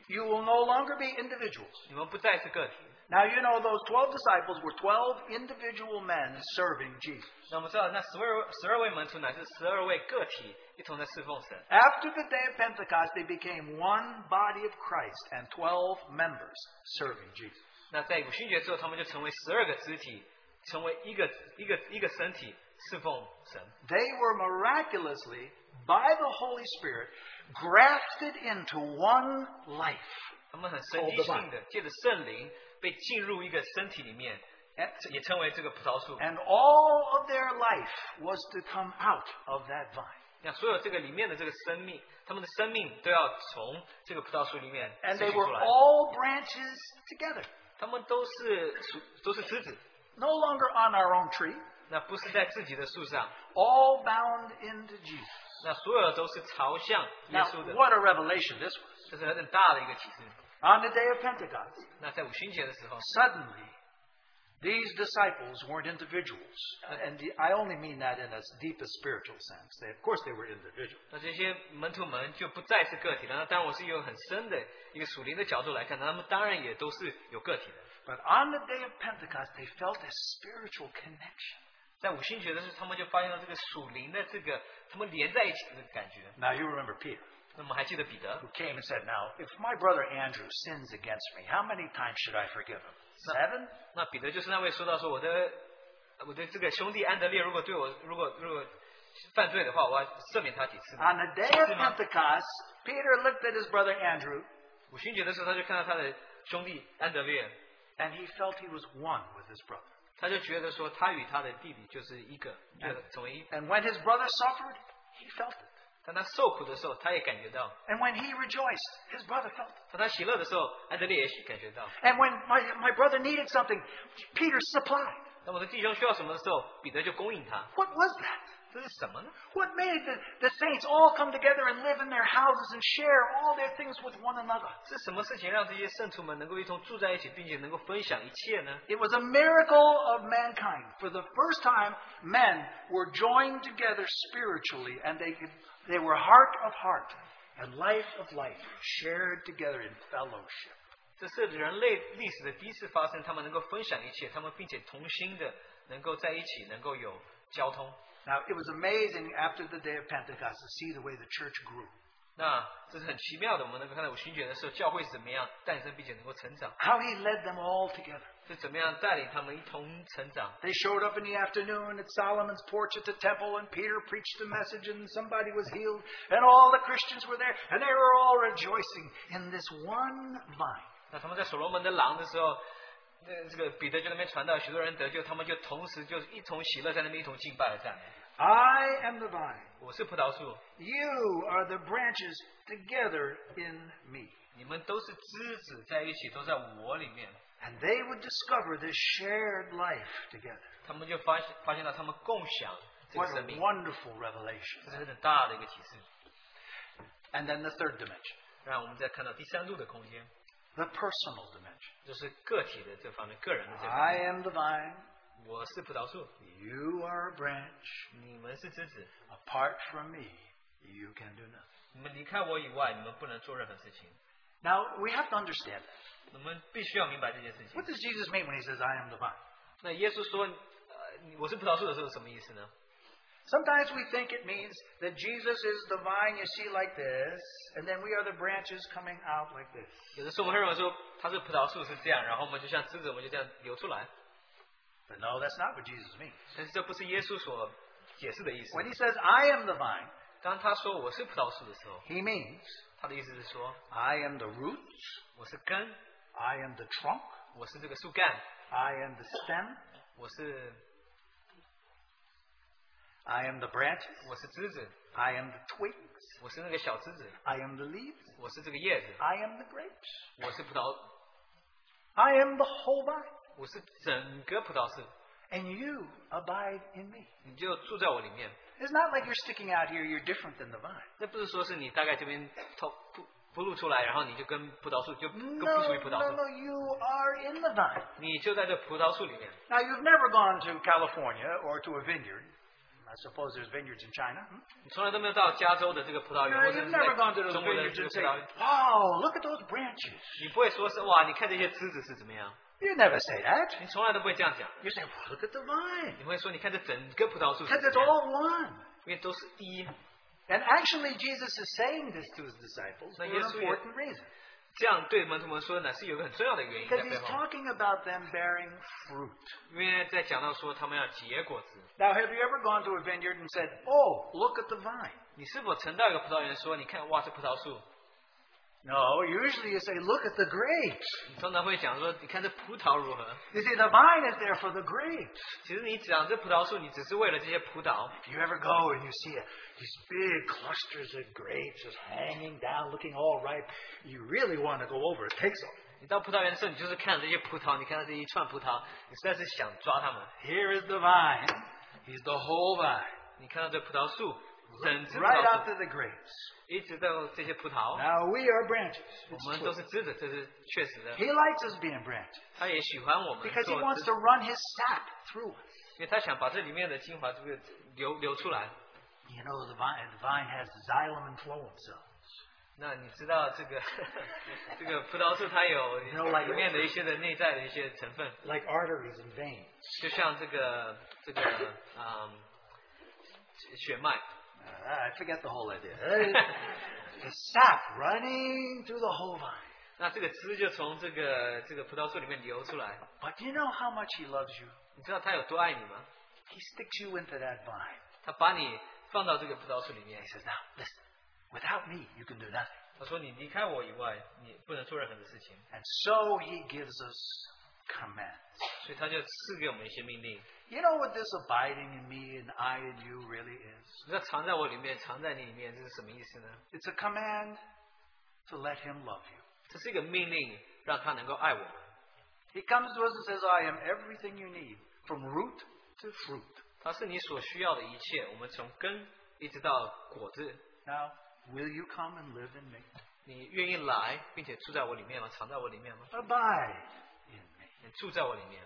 Speaker 2: you will no longer be individuals.
Speaker 1: 你们不再是个体。
Speaker 2: Now, you know, those 12 disciples were 12 individual men serving Jesus.
Speaker 1: 那我们知道，那十二十二位门徒乃是十二位个体一同在侍奉神。
Speaker 2: After the day of Pentecost, they became one body of Christ and 12 members serving Jesus.
Speaker 1: 那在五旬节之后，他们就成为十二个肢体，成为一个一个一个身体侍奉神。
Speaker 2: They were miraculously, by the Holy Spirit, grafted into one life.
Speaker 1: 他们很神迹性的，借着圣灵被进入一个身体里面，这
Speaker 2: And-
Speaker 1: 也称为这个葡萄树。
Speaker 2: And all of their life was to come out of that vine.
Speaker 1: 那所有这个里面的这个生命，他们的生命都要从这个葡萄树里面
Speaker 2: And
Speaker 1: 萃
Speaker 2: they
Speaker 1: 取出
Speaker 2: were
Speaker 1: 来。
Speaker 2: all branches together,
Speaker 1: 他们都是属都是枝子，
Speaker 2: no longer on our own tree,
Speaker 1: 那不是在自己的树上，
Speaker 2: all bound into Jesus.
Speaker 1: 那所有都是朝向耶
Speaker 2: Now,
Speaker 1: 稣的。
Speaker 2: what a revelation this was.
Speaker 1: 这是很大的一个启示。
Speaker 2: On the day of Pentecost,
Speaker 1: 那在五旬节的时候，
Speaker 2: suddenly These disciples weren't individuals. Uh, And the- I only mean that in its deepest spiritual sense. They, of course, they were individuals.
Speaker 1: 那这些门徒们就不再是个体了。那当然，我是用很深的一个属灵的角度来看，他们当然也都是有个体的。
Speaker 2: But on the day of Pentecost, they felt a spiritual connection.
Speaker 1: 在五旬节的时候，他们就发现了这个属灵的这个，他们连在一起的感觉。
Speaker 2: Now, you remember Peter,
Speaker 1: 那么还记得彼得
Speaker 2: who came and said, Now, if my brother Andrew sins against me, how many times should I forgive him? Seven?
Speaker 1: 那彼得就是那位说到说我的呃我的这个兄弟安德烈如果对我如果如果犯罪的话，我要赦免他几次呢。
Speaker 2: On the day of Pentecost, Peter looked at his brother Andrew
Speaker 1: 五旬节的时候，他就看到他的兄弟安德烈，
Speaker 2: and he felt he was one with his brother.
Speaker 1: 他就觉得说他与他的弟弟就是一个，就是成为一。
Speaker 2: And when his brother suffered, he felt it.
Speaker 1: 当他受苦的时候，他也感觉到；
Speaker 2: And when he rejoiced, his brother felt it.
Speaker 1: 当他喜乐的时候，安德烈也感觉到。
Speaker 2: And when my, my brother needed something, Peter supplied.
Speaker 1: 那我的弟兄需要什么的时候，彼得就供应他。
Speaker 2: What was that?
Speaker 1: 这是什么呢？
Speaker 2: What made the, the saints all come together and live in their houses and share all their things with one another?
Speaker 1: 是什么事情让这些圣徒们能够一同住在一起，并且能够分享一切呢？
Speaker 2: It was a miracle of mankind. For the first time, men were joined together spiritually, and they, they were heart of heart and life of life, shared together in fellowship.
Speaker 1: 这是人类历史的第一次发生，他们能够分享一切，他们并且同心的能够在一起，能够有交通。
Speaker 2: Now, it was amazing after the day of Pentecost to see the way the church grew.
Speaker 1: 那这是很奇妙的，我们能够看到五旬节的时候，教会是怎么样诞生，并且能够成长，
Speaker 2: How he led them all together.
Speaker 1: 是怎么样带领他们一同成长。
Speaker 2: They showed up in the afternoon at Solomon's porch at the temple, and Peter preached the message, and somebody was healed, and all the Christians were there, and they were all rejoicing in this one vine.
Speaker 1: 那他们在所罗门的廊的时候，那这个彼得就在那边传道，许多人得救，他们就同时就一同喜乐，在那边一同敬拜了赞美。
Speaker 2: I am the vine.
Speaker 1: 我是葡萄树，
Speaker 2: You are the branches together in me.
Speaker 1: 你们都是枝子在一起，都在我里面。
Speaker 2: And they would discover this shared life together.
Speaker 1: 他们就发现发现了他们共享这个
Speaker 2: What
Speaker 1: 生命
Speaker 2: a，wonderful revelation.
Speaker 1: 这是很大的一个启示。
Speaker 2: And then the third dimension,
Speaker 1: 让我们再看到第三度的空间，
Speaker 2: the personal dimension.
Speaker 1: 就是个体的这方面，个人的这方
Speaker 2: I
Speaker 1: 面。
Speaker 2: am the vine.
Speaker 1: 我是葡萄树，
Speaker 2: You are a branch.
Speaker 1: 你们是枝子，
Speaker 2: Apart from me, you can do nothing.
Speaker 1: 你们离开我以外，你们不能做任何事情。
Speaker 2: Now, we have to understand that.
Speaker 1: 你们必须要明白这件事
Speaker 2: What
Speaker 1: 情。
Speaker 2: does Jesus mean when he says, I am the vine?
Speaker 1: 那耶稣说，呃，你我是葡萄树的时候是什么意思呢？
Speaker 2: Sometimes we think it means that Jesus is the vine you see like this, and then we are the branches coming out like this.
Speaker 1: 有的时候我们会认为说它是葡萄树是这样，然后我们就像枝子，我们就这样流出来。
Speaker 2: But no, that's not what Jesus means.
Speaker 1: 但是这不是耶稣所解释的意思。
Speaker 2: When he says, I am the vine,
Speaker 1: 当他说我是葡萄树的时候，
Speaker 2: he means
Speaker 1: 他的意思是说
Speaker 2: I am the roots,
Speaker 1: 我是根，
Speaker 2: I am the trunk,
Speaker 1: 我是这个树干，
Speaker 2: I am the stem,
Speaker 1: 我是
Speaker 2: I am the branches,
Speaker 1: 我是枝子，
Speaker 2: I am the twigs,
Speaker 1: 我是那个小枝子，
Speaker 2: I am the leaves,
Speaker 1: 我是这个叶子，
Speaker 2: I am the grapes,
Speaker 1: 我是葡萄，
Speaker 2: I am the whole vine,
Speaker 1: 我是整个葡萄树，
Speaker 2: and you abide in me.
Speaker 1: 你就住在我里面。
Speaker 2: It's not like you're sticking out here, you're different than the vine.
Speaker 1: 那不是说是你大概这边透不不露出来，然后你就跟葡萄树就跟
Speaker 2: No,
Speaker 1: 不属于葡
Speaker 2: no,
Speaker 1: 萄
Speaker 2: no,
Speaker 1: 树，
Speaker 2: you are in the vine.
Speaker 1: 你就在这葡萄树里面。
Speaker 2: Now, you've never gone to California or to a vineyard. I suppose there's vineyards in China. hmm?
Speaker 1: 你从来都没有到加州的这个葡萄
Speaker 2: No,
Speaker 1: 园，或者
Speaker 2: you've
Speaker 1: 是
Speaker 2: never gone to
Speaker 1: 在
Speaker 2: those
Speaker 1: 中国的
Speaker 2: vineyards
Speaker 1: 这个葡
Speaker 2: and say,
Speaker 1: 萄园，
Speaker 2: wow, look at those branches.
Speaker 1: 你不会说是哇，你看这些枝子是怎么样，
Speaker 2: You never say that.
Speaker 1: 你从来都不会这样讲，
Speaker 2: You say, well, look at the vine.
Speaker 1: 你会说你看这整个葡萄树是
Speaker 2: Because
Speaker 1: 怎
Speaker 2: it's
Speaker 1: 么样，
Speaker 2: all one.
Speaker 1: 因为都是一。
Speaker 2: And actually, Jesus is saying this to his disciples for
Speaker 1: Now,
Speaker 2: an
Speaker 1: yes, we-
Speaker 2: important reason.
Speaker 1: 这样对门徒们说呢，是有个很重要的原因在
Speaker 2: Because
Speaker 1: 背
Speaker 2: he's
Speaker 1: 后，
Speaker 2: talking about them bearing fruit.
Speaker 1: 因为在讲到说他们要结果子。
Speaker 2: Now, have you ever gone to a vineyard and said, oh, look at the vine?
Speaker 1: 你是否曾到一个葡萄园说，你看哇，这葡萄树，
Speaker 2: No, usually you say, look at the grapes.
Speaker 1: 你通常会讲说，你看这葡萄如何？
Speaker 2: You see, the vine is there for the grapes.
Speaker 1: 其实你讲这葡萄树，你只是为了这些葡萄。
Speaker 2: If you ever go and you see a, these big clusters of grapes just hanging down, looking all ripe, you really want to go over. It takes a
Speaker 1: 你到葡萄园的时候，你就是看这些葡萄，你看到这一串葡萄，你实在是想抓它们。
Speaker 2: Here is the vine. He's the whole vine.
Speaker 1: 你看到这葡萄树，整枝葡
Speaker 2: right
Speaker 1: 萄
Speaker 2: after
Speaker 1: 树，
Speaker 2: the grapes.
Speaker 1: 一直到这些葡萄，
Speaker 2: Now we are branches.
Speaker 1: 我
Speaker 2: It's
Speaker 1: 们
Speaker 2: true.
Speaker 1: 都是枝子，这是确实的。
Speaker 2: He likes us being branches
Speaker 1: 他也喜欢我们
Speaker 2: because he
Speaker 1: 做
Speaker 2: wants
Speaker 1: 枝
Speaker 2: to
Speaker 1: 子，
Speaker 2: run his sap through us.
Speaker 1: 因为他想把这里面的精华这个流流出来。
Speaker 2: You know, the vine, the vine has xylem and phloem cells.
Speaker 1: 那你知道这个 <laughs> 这个葡萄树它有
Speaker 2: No, like-
Speaker 1: 里面的一些的内在的一些成分，
Speaker 2: like arteries and veins.
Speaker 1: 就像这个这个嗯血脉，
Speaker 2: Uh, I forget the whole idea. the sap running through the whole vine.
Speaker 1: 那这个汁就从这个这个葡萄树里面流出来。
Speaker 2: But do you know how much he loves you?
Speaker 1: 你知道他有多爱你吗？
Speaker 2: He sticks you into that vine.
Speaker 1: 他把你放到这个葡萄树里面
Speaker 2: He，says, now, listen, without me, you can do nothing.
Speaker 1: 他说你离开我以外，你不能做任何的事情，
Speaker 2: And so he gives us commands.
Speaker 1: 所以他就赐给我们一些命令。
Speaker 2: You know what this abiding in me and I in you really is?
Speaker 1: 你知道藏在我里面，藏在你里面，这是什么意思呢？
Speaker 2: It's a command to let him love you.
Speaker 1: 这是一个命令，让他能够爱我们。
Speaker 2: He comes to us and says, I am everything you need, from root to fruit.
Speaker 1: 它是你所需要的一切。我们从根一直到果子，
Speaker 2: Now, will you come and live in me?
Speaker 1: 你愿意来，并且住在我里面吗？藏在我里面吗？
Speaker 2: Abide in me.
Speaker 1: 你住在我里面。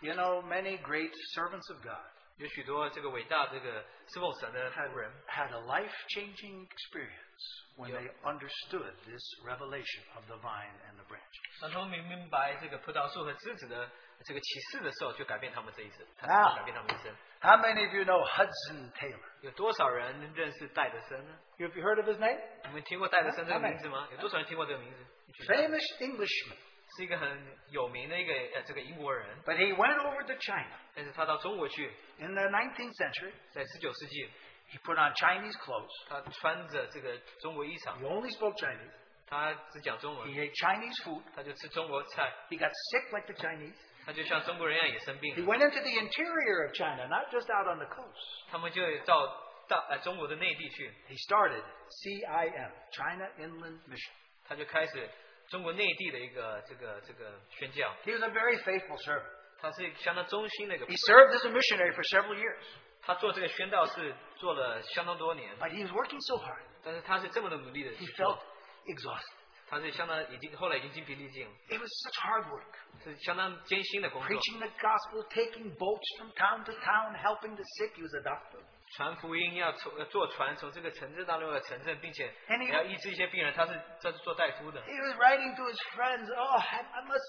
Speaker 2: You know, many great servants of God
Speaker 1: 有许多这个伟大这个侍奉神的
Speaker 2: had,
Speaker 1: 仆人，
Speaker 2: had a life changing experience when they understood this revelation of the vine and the branch.
Speaker 1: 当他们明明白这个葡萄树和枝子的这个启示的时候，就改变他们这一生，他
Speaker 2: 啊
Speaker 1: 改变他们一生。
Speaker 2: How many of you know Hudson Taylor?
Speaker 1: 有多少人认识戴德森呢？
Speaker 2: Have you heard of his name?
Speaker 1: 你们听过戴德森这个名字吗？有多少人听过这个名字？
Speaker 2: Famous Englishman.
Speaker 1: 是一个很有名的一个呃这个英国人，
Speaker 2: But he went over to China
Speaker 1: 但是他到中国去，
Speaker 2: in the 19th century.
Speaker 1: 在十九世纪，
Speaker 2: He put on Chinese clothes.
Speaker 1: 他穿着这个中国衣裳，
Speaker 2: He only spoke Chinese.
Speaker 1: 他只讲中
Speaker 2: He
Speaker 1: 文，
Speaker 2: ate Chinese food.
Speaker 1: 他就吃中国菜，
Speaker 2: He got sick like the Chinese.
Speaker 1: 他就像中国人一样也生
Speaker 2: He
Speaker 1: 病了。
Speaker 2: went into the interior of China, not just out on the coast.
Speaker 1: 他们就到到呃中国的内地去，
Speaker 2: He started CIM, China Inland Mission.
Speaker 1: 他就开始中国内地的一个这个这个宣教，
Speaker 2: He was a very faithful servant.
Speaker 1: 他是相当忠心的一个
Speaker 2: He，served as a missionary for several years,
Speaker 1: 他做这个宣道是做了相当多年，
Speaker 2: but he was working so hard,
Speaker 1: 但是他是这么的努力的
Speaker 2: he
Speaker 1: 去
Speaker 2: felt
Speaker 1: 做，
Speaker 2: exhausted.
Speaker 1: 他是相当已经后来已经精疲力尽了，
Speaker 2: It was such hard work.
Speaker 1: 是相当艰辛的工作，
Speaker 2: Preaching the gospel, taking boats from town to town, helping the sick. He was a doctor.
Speaker 1: 传福音要从呃坐船从这个城镇到另外一个城镇，并且
Speaker 2: And he-
Speaker 1: 也要医治一些病人，他是他是做大夫的。
Speaker 2: He was writing to his friends, Oh, I, I must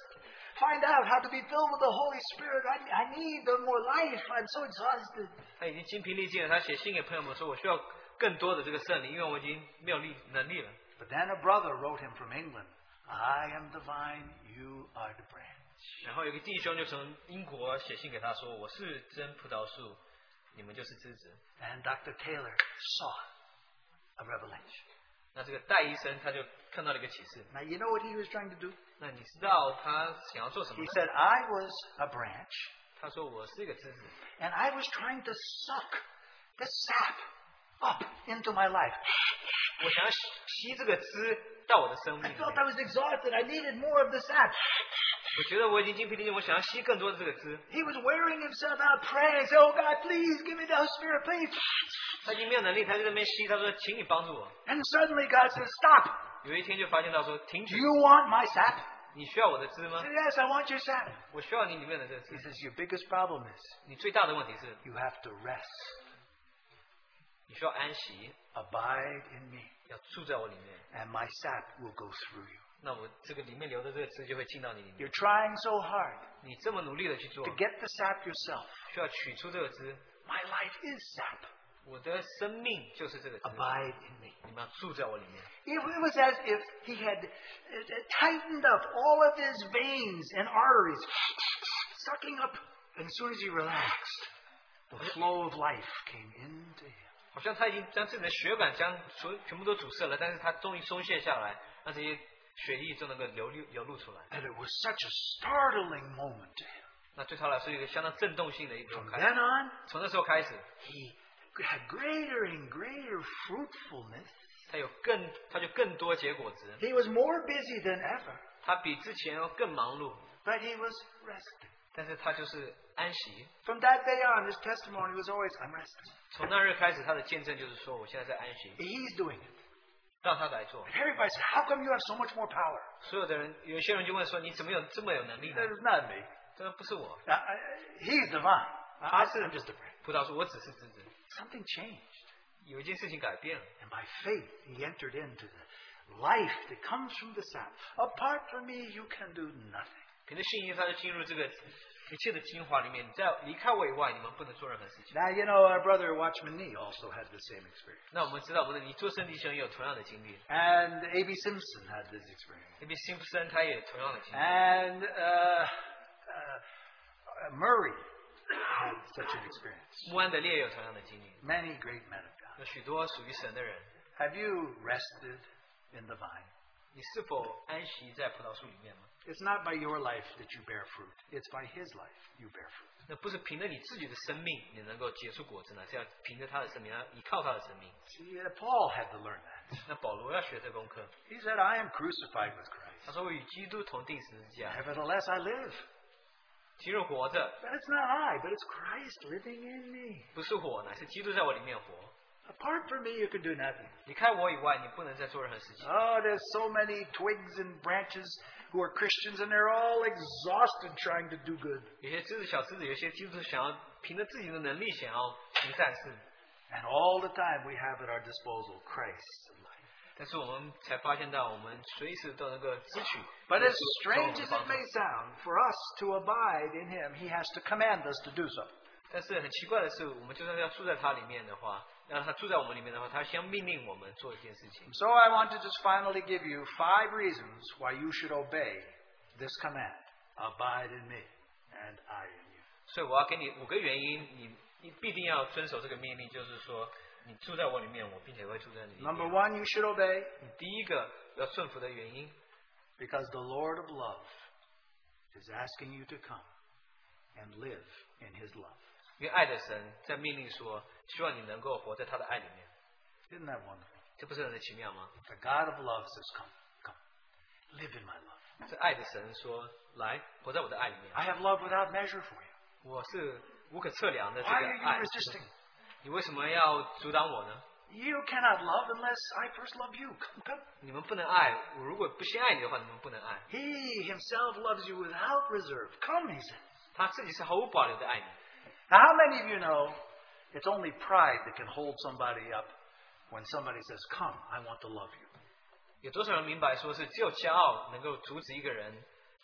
Speaker 2: find out how to be filled with the Holy Spirit. I, I need more life. I'm so exhausted.
Speaker 1: 他已经精疲力尽了，他写信给朋友们说：“我需要更多的这个圣灵，因为我已经没有力能力了。
Speaker 2: But then a brother wrote him from England, I am the vine, you are the branch. ”
Speaker 1: 然后有个弟兄就从英国写信给他说：“我是真葡萄树，你们就是枝子。
Speaker 2: And Dr. Taylor saw a revelation. ”
Speaker 1: 那这个戴医生他就看到了一个启示。
Speaker 2: Now, you know what he was trying to do?
Speaker 1: 那你知道他想要做什么
Speaker 2: He
Speaker 1: 呢？
Speaker 2: said, I was a branch,
Speaker 1: 他说：“我是一个枝子，
Speaker 2: and I was trying to suck the sap up into my life.
Speaker 1: 我想要吸吸这个汁到我的生
Speaker 2: I
Speaker 1: 命里面。
Speaker 2: felt I was exhausted. I needed more of the sap.
Speaker 1: 我觉得我已经精疲力尽，我想要吸更多的这个汁。
Speaker 2: He was wearing himself out, praying, saying, Oh God, please give me the Holy Spirit, please.
Speaker 1: 他已经没有能力，他就在那边吸。他说：‘请你帮助我。
Speaker 2: And suddenly God says, Stop. ’
Speaker 1: 有一天就发现到说：‘停
Speaker 2: Do
Speaker 1: 止，
Speaker 2: you want my sap?
Speaker 1: 你需要我的汁
Speaker 2: I
Speaker 1: 吗
Speaker 2: said, yes, I want your sap.
Speaker 1: 我需要你里面的这个汁
Speaker 2: He。says, Your biggest problem is
Speaker 1: 你最大的问题是
Speaker 2: you have to rest.
Speaker 1: 你需要安息，
Speaker 2: Abide in me,
Speaker 1: 要住在我里面，
Speaker 2: and my sap will go through you.
Speaker 1: 那我这个里面流的这个汁就会进到你里面。
Speaker 2: You're trying so hard
Speaker 1: 你这么努力的去做
Speaker 2: to，get the sap yourself.
Speaker 1: 需要取出这个汁。
Speaker 2: My life is sap.
Speaker 1: 我的生命就是这个汁，
Speaker 2: Abide in me.
Speaker 1: 你们要住在我里面。
Speaker 2: It it was as if he had uh, tightened up all of his veins and arteries, <sniffs> sucking up. And as soon as he relaxed, the flow of life came into him.
Speaker 1: 好像他已经将自己的血管将所全部都阻塞了，但是他终于松懈下来，让这些血液就能够流流流露出来。
Speaker 2: And it was such a startling moment to him.
Speaker 1: 那对他来说，一个相当震动性的一种
Speaker 2: From
Speaker 1: 开
Speaker 2: then
Speaker 1: 始。
Speaker 2: on,
Speaker 1: 从那时候开始，
Speaker 2: he had greater and greater fruitfulness.
Speaker 1: 他有更，他就更多结果子，
Speaker 2: He was more busy than ever,
Speaker 1: 他比之前要更忙碌，
Speaker 2: but he was resting.
Speaker 1: 但但是他就是安息。
Speaker 2: From that day on, his testimony was always, I'm resting.
Speaker 1: 从那日开始，他的见证就是说，我现在在安息，
Speaker 2: He's doing it.
Speaker 1: 让他来做。
Speaker 2: And everybody said, How come you have so much more power?
Speaker 1: 所有的人，有些人就问说，你怎么有这么有能力
Speaker 2: He
Speaker 1: 呢
Speaker 2: said, It's not me.
Speaker 1: 这个不是我，
Speaker 2: I, I, he's divine. I, I'm just a branch.
Speaker 1: 葡萄树，我只是枝子。
Speaker 2: Something changed.
Speaker 1: 有一件事情改变了，
Speaker 2: And by faith, he entered into the life that comes from the Son. Apart from me, you can do nothing.
Speaker 1: 凭着信心，他就进入这个一切的精华里面。你在离开我以外，你们不能做任何事情。
Speaker 2: Now, you know, our brother Watchman Nee also had the same experience.
Speaker 1: 那我们知道，不是你做圣地兄也有同样的经历
Speaker 2: And A.B. Simpson had this experience.
Speaker 1: ，A B 辛普森他也有同样的经历，
Speaker 2: And uh, uh, Murray had such an experience.
Speaker 1: 穆安德烈也有同样的经历。
Speaker 2: Many great men of God.
Speaker 1: 有许多属于神的人，
Speaker 2: Have you rested in the vine?
Speaker 1: 你是否安息在葡萄树里面吗？
Speaker 2: It's not by your life that you bear fruit. It's by His life you bear fruit.
Speaker 1: 那不是凭着你自己的生命，你能够结出果子呢，是要凭着他的生命，要依靠他的生命。
Speaker 2: See, uh, Paul had to learn that.
Speaker 1: 那保罗要学这功课，
Speaker 2: He said, I am crucified with Christ.
Speaker 1: 他说我与基督同定十字架，
Speaker 2: Nevertheless, I live.
Speaker 1: 其实活着
Speaker 2: But it's not I, but it's Christ living in me.
Speaker 1: 不是我，乃是基督在我里面活。
Speaker 2: Apart from me, you can do nothing.
Speaker 1: 离开我以外，你不能再做任何事情。
Speaker 2: Oh, there's so many twigs and branches who are Christians, and they're all exhausted trying to do good.
Speaker 1: 有些知识小知识，有些基督徒想要凭着自己的能力想要行善事，
Speaker 2: And all the time we have at our disposal Christ's life.
Speaker 1: 但是我们才发现到，我们随时都能够汲取。
Speaker 2: But as strange as
Speaker 1: 这种
Speaker 2: it
Speaker 1: 方法
Speaker 2: may sound, for us to abide in Him, He has to command us to do so.
Speaker 1: 但是很奇怪的是，我们就算要住在它里面的话，让它住在我们里面的话，它先命令我们做一件事情。
Speaker 2: So I want to just finally give you five reasons why you should obey this command Abide in me, and I in you.
Speaker 1: 所以我要给你五个原因，你你必定要遵守这个命令，就是说你住在我里面，我并且会住在你里
Speaker 2: Number
Speaker 1: 面。
Speaker 2: one, you should obey
Speaker 1: 你第一个要顺服的原因，
Speaker 2: because the Lord of love is asking you to come and live in His love.
Speaker 1: 因为爱的神在命令说，希望你能够活在他的爱里面，
Speaker 2: Isn't that wonderful?
Speaker 1: 这不是很奇妙吗？
Speaker 2: The God of love says, Come, come, live in my love.
Speaker 1: 这爱的神说，来活在我的爱里面，
Speaker 2: I have love without measure for you.
Speaker 1: 我是无可测量的这
Speaker 2: Why are
Speaker 1: 个
Speaker 2: you
Speaker 1: 爱。
Speaker 2: resisting?
Speaker 1: 你为什么要阻挡我呢？
Speaker 2: You cannot love unless I first love you. Come, come.
Speaker 1: 你们不能爱我，如果不先爱你的话，你们不能爱。
Speaker 2: He himself loves you without reserve. Come, he said.
Speaker 1: 他自己是毫无保留的爱你。
Speaker 2: Now, how many of you know it's only pride that can hold somebody up when somebody says, Come, I want to love you?
Speaker 1: 有多少人明白，说是只有骄傲能够阻止一个人，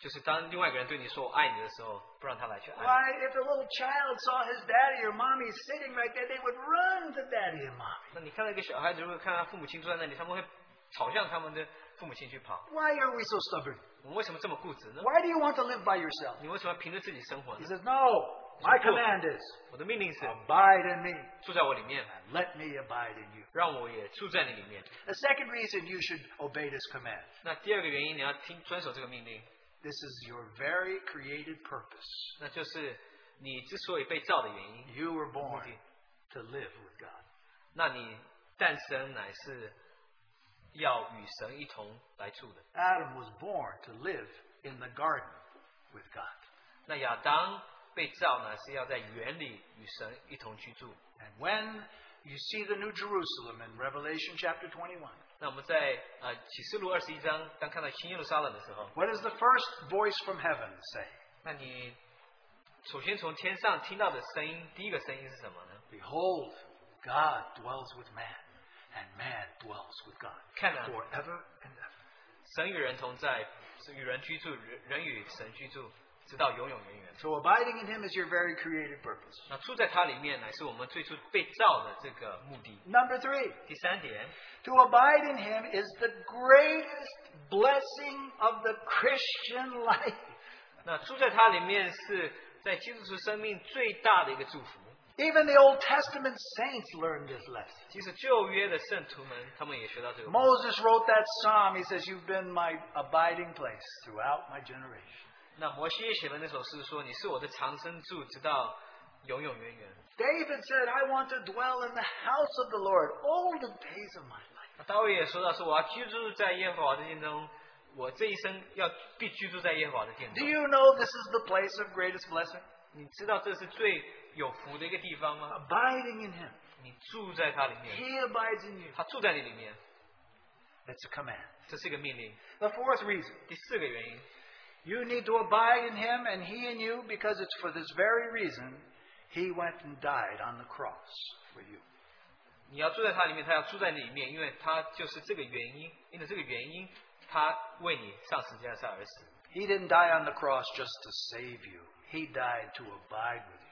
Speaker 1: 就是当另外一个人对你说“我爱你”的时候，不让他来去爱
Speaker 2: Why, if a little child saw his daddy or mommy sitting right there, they would run to daddy and mommy.
Speaker 1: 你。那你看到一个小孩子，如果看到父母亲坐在那里，他们会朝向他们的父母亲去跑。
Speaker 2: Why are we so stubborn?
Speaker 1: 我们为什么这么固执呢？
Speaker 2: Why do you want to live by yourself?
Speaker 1: 你为什么要凭着自己生活
Speaker 2: He
Speaker 1: 呢？
Speaker 2: says, No, my command is
Speaker 1: 我的命令是
Speaker 2: abide in me
Speaker 1: 住在我里面，
Speaker 2: and let me abide in you.
Speaker 1: 让我也住在你里面。
Speaker 2: The second reason you should obey this command
Speaker 1: 那第二个原因，你要听遵守这个命令，
Speaker 2: this is your very created purpose.
Speaker 1: 那就是你之所以被造的原因。
Speaker 2: You were born to live with God.
Speaker 1: 那你诞生乃是要与神一同来住的。
Speaker 2: Adam was born to live in the garden with God.
Speaker 1: 那亚当被造呢，是要在园里与神一同居住。
Speaker 2: And when you see the New Jerusalem in Revelation chapter 21,
Speaker 1: 那我们在呃启示录二十一章，当看到新耶路撒冷的时候，
Speaker 2: what does the first voice from heaven say?
Speaker 1: 那你首先从天上听到的声音，第一个声音是什么呢？
Speaker 2: Behold, God dwells with man, and man dwells with God
Speaker 1: Can I-
Speaker 2: forever and ever.
Speaker 1: 神与人同在，是与人居住，人人与神居住，直到永永远远。
Speaker 2: So abiding in Him is your very created purpose.
Speaker 1: 那住在它里面，乃是我们最初被造的这个目的。
Speaker 2: Number three,
Speaker 1: 第三点，
Speaker 2: to abide in Him is the greatest blessing of the Christian <laughs> life.
Speaker 1: 那住在它里面是在基督徒生命最大的一个祝福。
Speaker 2: Even the Old Testament saints learned this lesson.
Speaker 1: 其实旧约的圣徒们，他们也学到这个。
Speaker 2: Moses wrote that psalm. He says, You've been my abiding place throughout my generation.
Speaker 1: 那摩西也写了那首诗说：“你是我的长生柱，直到永永远远。
Speaker 2: David said, I want to dwell in the house of the Lord all the days of my life. ”
Speaker 1: 那大卫也说到说：“我要居住在耶和华的殿中，我这一生要必居住在耶和华的殿
Speaker 2: Do
Speaker 1: 中。
Speaker 2: you know this is the place of greatest blessing?
Speaker 1: 你知道这是最有福的一个地方吗？
Speaker 2: Abiding in Him.
Speaker 1: 你住在它里面，
Speaker 2: He abides in you.
Speaker 1: 它住在你里面，
Speaker 2: That's a command.
Speaker 1: 这是一个命令。
Speaker 2: The fourth reason
Speaker 1: 第四个原因，
Speaker 2: you need to abide in Him and He in you because it's for this very reason He went and died on the cross for you.
Speaker 1: 你要住在它里面，它要住在你里面，因为它就是这个原因，因为这个原因，它为你上十字架上而死。
Speaker 2: He didn't die on the cross just to save you, He died to abide with you.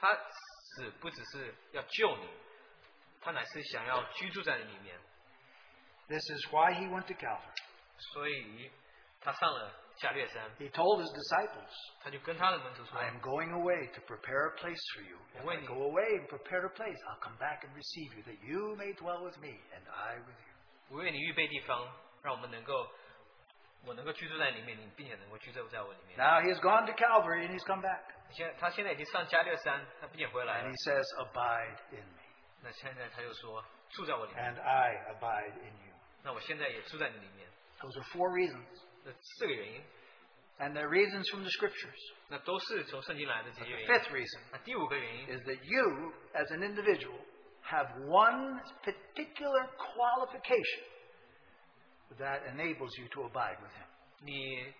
Speaker 1: 他死不只是要救你，他乃是想要居住在你里面，
Speaker 2: This is why He went to Calvary.
Speaker 1: 所以他上了加略山，
Speaker 2: He told His disciples,
Speaker 1: 他就跟他的门徒说哎
Speaker 2: I：“ am going away to prepare a place for you. If I
Speaker 1: When-
Speaker 2: go away and prepare a place, I'll come back and receive you, that you may dwell with me and I with you.
Speaker 1: 我为你预备地方，让我们能够，我能够居住在里面，你并且能够居住在我里面。
Speaker 2: Now he has gone to Calvary and he's come back.
Speaker 1: 现在他现在已经上加略山，他并且回来
Speaker 2: And
Speaker 1: 了
Speaker 2: he。says, Abide in me,
Speaker 1: 那现在他就说住在我里面，
Speaker 2: and I abide in you.
Speaker 1: 那我现在也住在你里面。
Speaker 2: Those are four reasons.
Speaker 1: 那四个原因，
Speaker 2: And they're reasons from the scriptures.
Speaker 1: 那都是从圣经来的这
Speaker 2: But
Speaker 1: 些原
Speaker 2: the
Speaker 1: 因。
Speaker 2: fifth reason
Speaker 1: 那第五个原因，
Speaker 2: is that you, as an individual, have one particular qualification that enables you to abide with him.
Speaker 1: 你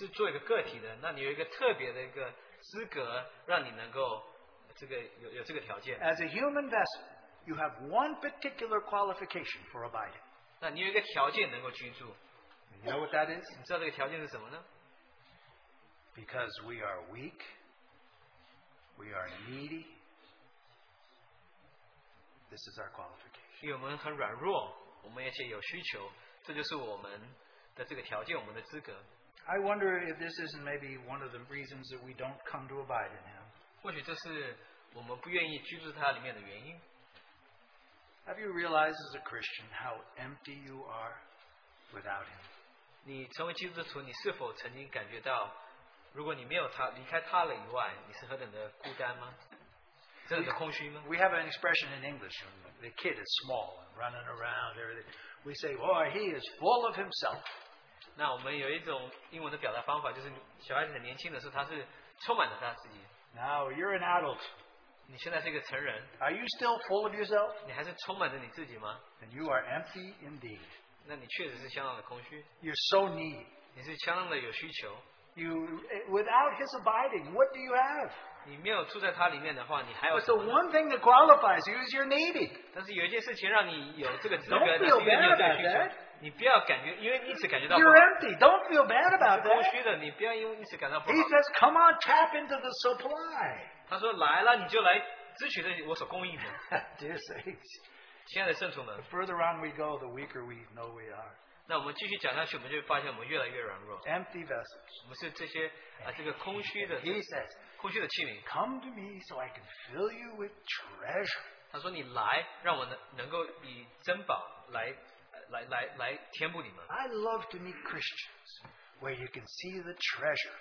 Speaker 1: 是做一个个体的，那你有一个特别的一个资格，让你能够这个有有这个条件。
Speaker 2: As a human vessel, you have one particular qualification for abiding.
Speaker 1: 那你有一个条件能够居住，
Speaker 2: You know what that is?
Speaker 1: 你知道这个条件是什么呢？
Speaker 2: Because we are weak, we are needy. This is our qualification.
Speaker 1: 因为我们很软弱，我们而且有需求，这就是我们的这个条件，我们的资格。
Speaker 2: I wonder if this isn't maybe one of the reasons that we don't come to abide in Him.
Speaker 1: 或许这是我们不愿意居住在它里面的原因。
Speaker 2: Have you realized as a Christian how empty you are without Him?
Speaker 1: 你成为基督徒，你是否曾经感觉到，如果你没有他，离开他了以外，你是何等的孤单吗？真的空虚吗？
Speaker 2: We have an expression in English when the kid is small and running around, everything. We say, Boy, he is full of himself.
Speaker 1: 那我们有一种英文的表达方法，就是小孩子很年轻的时候，他是充满了他自己。
Speaker 2: Now you're an adult.
Speaker 1: 你现在是一个成人，
Speaker 2: Are you still full of yourself?
Speaker 1: 你还是充满着你自己吗？
Speaker 2: And you are empty indeed.
Speaker 1: 那你确实是相当的空虚，
Speaker 2: You're so needy.
Speaker 1: 你是相当的有需求。
Speaker 2: You, without his abiding, what do you have?
Speaker 1: 你没有住在它里面的话，你还有
Speaker 2: But
Speaker 1: 什
Speaker 2: the
Speaker 1: 么呢？
Speaker 2: one thing that qualifies you is you're needy.
Speaker 1: 但是有一件事情让你有这个资格，但
Speaker 2: Don't feel
Speaker 1: 是因为没有这个
Speaker 2: bad about
Speaker 1: 需求
Speaker 2: that.，
Speaker 1: 你不要感觉，因为你一直感觉到
Speaker 2: You're
Speaker 1: 空
Speaker 2: empty. Don't feel bad about
Speaker 1: 空
Speaker 2: that.
Speaker 1: 虚的，你不要因为一直感到不
Speaker 2: He
Speaker 1: 好。
Speaker 2: says, come on, tap into the supply. <laughs>
Speaker 1: 他说来了，你就来支取这我所供应的。
Speaker 2: Dear saints,
Speaker 1: 亲爱的圣徒们
Speaker 2: the，further on we go, the weaker we know we are.
Speaker 1: 那我们继续讲下去，我们就会发现我们越来越软弱。
Speaker 2: Empty vessels.
Speaker 1: 我们是这些
Speaker 2: 哎
Speaker 1: 啊，这个空虚的
Speaker 2: He says,
Speaker 1: 空虚的器皿。
Speaker 2: come to me so I can fill you with treasure.
Speaker 1: 他说：“你来，让我能能够以珍宝来呃来来来填补你们。
Speaker 2: I love to meet Christians where you can see the treasure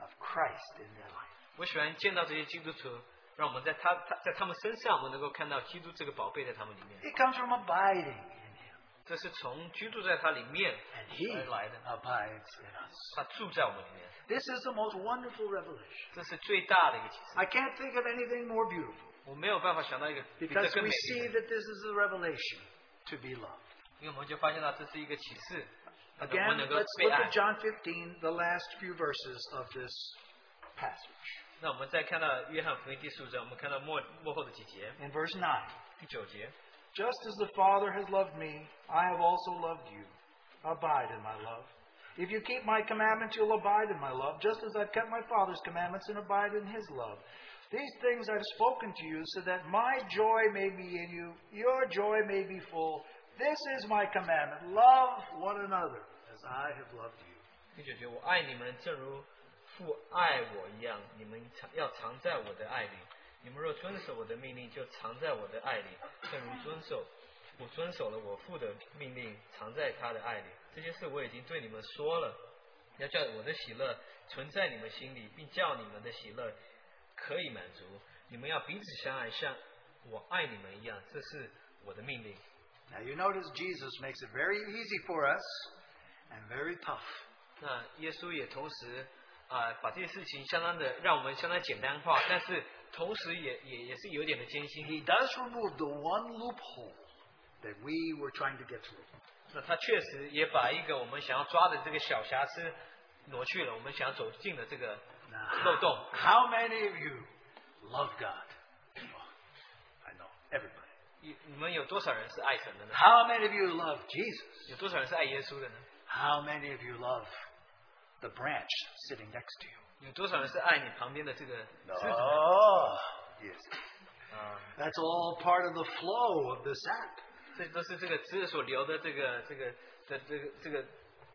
Speaker 2: of Christ in their life.
Speaker 1: 我喜欢见到这些基督徒，让我们在他他在他们身上，我们能够看到基督这个宝贝在他们里面。
Speaker 2: It comes from abiding in Him,
Speaker 1: 这是从居住在他里面
Speaker 2: and He
Speaker 1: 而来的，
Speaker 2: abides in us.
Speaker 1: 他住在我们里面，
Speaker 2: This is the most wonderful revelation.
Speaker 1: 这是最大的一个启示。
Speaker 2: I can't think of anything more beautiful
Speaker 1: 我没有办法想到一个比这
Speaker 2: because
Speaker 1: 更美
Speaker 2: we see
Speaker 1: 丽的，
Speaker 2: that this is the revelation to be loved.
Speaker 1: 因为我们就发现到这是一个启示，我
Speaker 2: Again,
Speaker 1: 们能够
Speaker 2: let's
Speaker 1: 被
Speaker 2: look
Speaker 1: 爱
Speaker 2: at。John 15, the last few verses of this passage.
Speaker 1: 那我们再看到约翰福音第十五章，我们看到末末后的几节，
Speaker 2: In verse 9,
Speaker 1: 第九节。”
Speaker 2: just as the Father has loved me, I have also loved you. Abide in my love. If you keep my commandments, you'll abide in my love, just as I've kept my Father's commandments and abide in his love. These things I've spoken to you, so that my joy may be in you, your joy may be full. This is my commandment love one another as I have loved you.
Speaker 1: 第九节，我爱你们，正如父爱我一样，你们常要常在我的爱里。你们若遵守我的命令，就常在我的爱里，正如遵守我遵守了我父的命令，常在他的爱里。这些事我已经对你们说了，要叫我的喜乐存在你们心里，并叫你们的喜乐可以满足。你们要彼此相爱，像我爱你们一样，这是我的命令。
Speaker 2: Now you notice Jesus makes it very easy for us and very tough.
Speaker 1: 那耶稣也同时啊、把这些事情相当的让我们相当简单化，但是同时也也也是有点的艰
Speaker 2: He
Speaker 1: 辛。
Speaker 2: does remove the one loophole that we were trying to get through.
Speaker 1: 那他确实也把一个我们想要抓的这个小瑕疵挪去了，我们想要走进了这个
Speaker 2: Now,
Speaker 1: 漏洞。
Speaker 2: how many of you love God? Oh, I know, everybody.
Speaker 1: 你你们有多少人是爱神的呢？
Speaker 2: How many of you love Jesus?
Speaker 1: 有多少人是爱耶稣的呢？
Speaker 2: How many of you love the branch sitting next to you?
Speaker 1: 有多少人是爱你旁边的这个枝子呢？
Speaker 2: Oh, yes.
Speaker 1: 啊，
Speaker 2: That's all part of the flow of the sap.
Speaker 1: 这都是这个枝子所留的这个这个的这个这个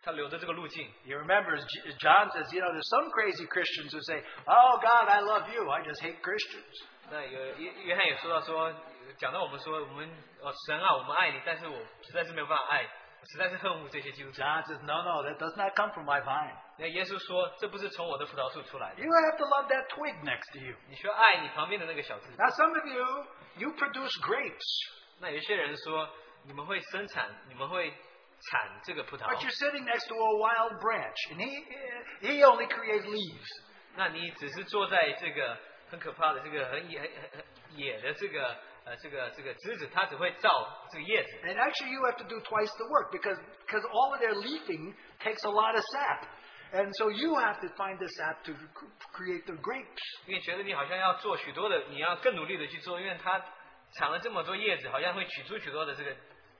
Speaker 1: 它留的这个路径。
Speaker 2: You remember, J- John says, you know, there's some crazy Christians who say, oh, God, I love you. I just hate Christians.
Speaker 1: 那有约约翰也说到说，讲到我们说我们哦神啊，我们爱你，但是我实在是没有办法爱，实在是恨恶这些基督徒。
Speaker 2: John says, no, no, that does not come from my vine.
Speaker 1: 那耶稣说，这不是从我的葡萄树出来的，
Speaker 2: You have to love that twig next to you.
Speaker 1: 你需要爱你旁边的那个小枝子。
Speaker 2: Now, some of you, you produce grapes,
Speaker 1: 那有些人说，你们会生产，你们会产这个葡
Speaker 2: but
Speaker 1: 萄，
Speaker 2: you're sitting next to a wild branch, and he, he only creates leaves.
Speaker 1: 那你只是坐在这个很可怕的这个很野很很野的这个呃这个这个枝子，它只会造这个叶子。
Speaker 2: And actually, you have to do twice the work because because all of their leafing takes a lot of sap, and so you have to find the sap to c- create the grapes.
Speaker 1: 因为觉得你好像要做许多的，你要更努力的去做，因为它产了这么多叶子，好像会取出许多的这个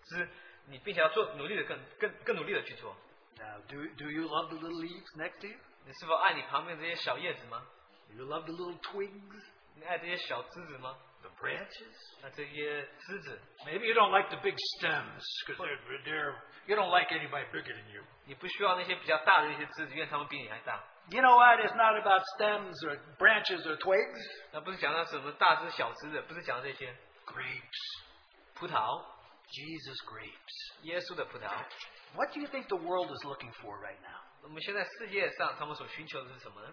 Speaker 1: 枝，你并且要做努力的更更更努力的去做。
Speaker 2: Now, do do you love the little leaves next to you?
Speaker 1: 你是否爱你旁边这些小叶子吗？
Speaker 2: Do you love the little twigs,
Speaker 1: 你爱这些小枝子吗？
Speaker 2: the branches?
Speaker 1: 那这些枝子，
Speaker 2: Maybe you don't like the big stems because they're, they're you don't like anybody bigger than you.
Speaker 1: 你不需要那些比较大的那些枝子，因为它们比你还大。
Speaker 2: You know what? It's not about stems or branches or twigs.
Speaker 1: 那不是讲到什么大枝小枝的，不是讲到这些
Speaker 2: Grapes,
Speaker 1: 葡萄，
Speaker 2: Jesus grapes.
Speaker 1: 耶稣的葡萄。
Speaker 2: What do you think the world is looking for right now?
Speaker 1: 我们现在世界上他们所寻求的是什么呢？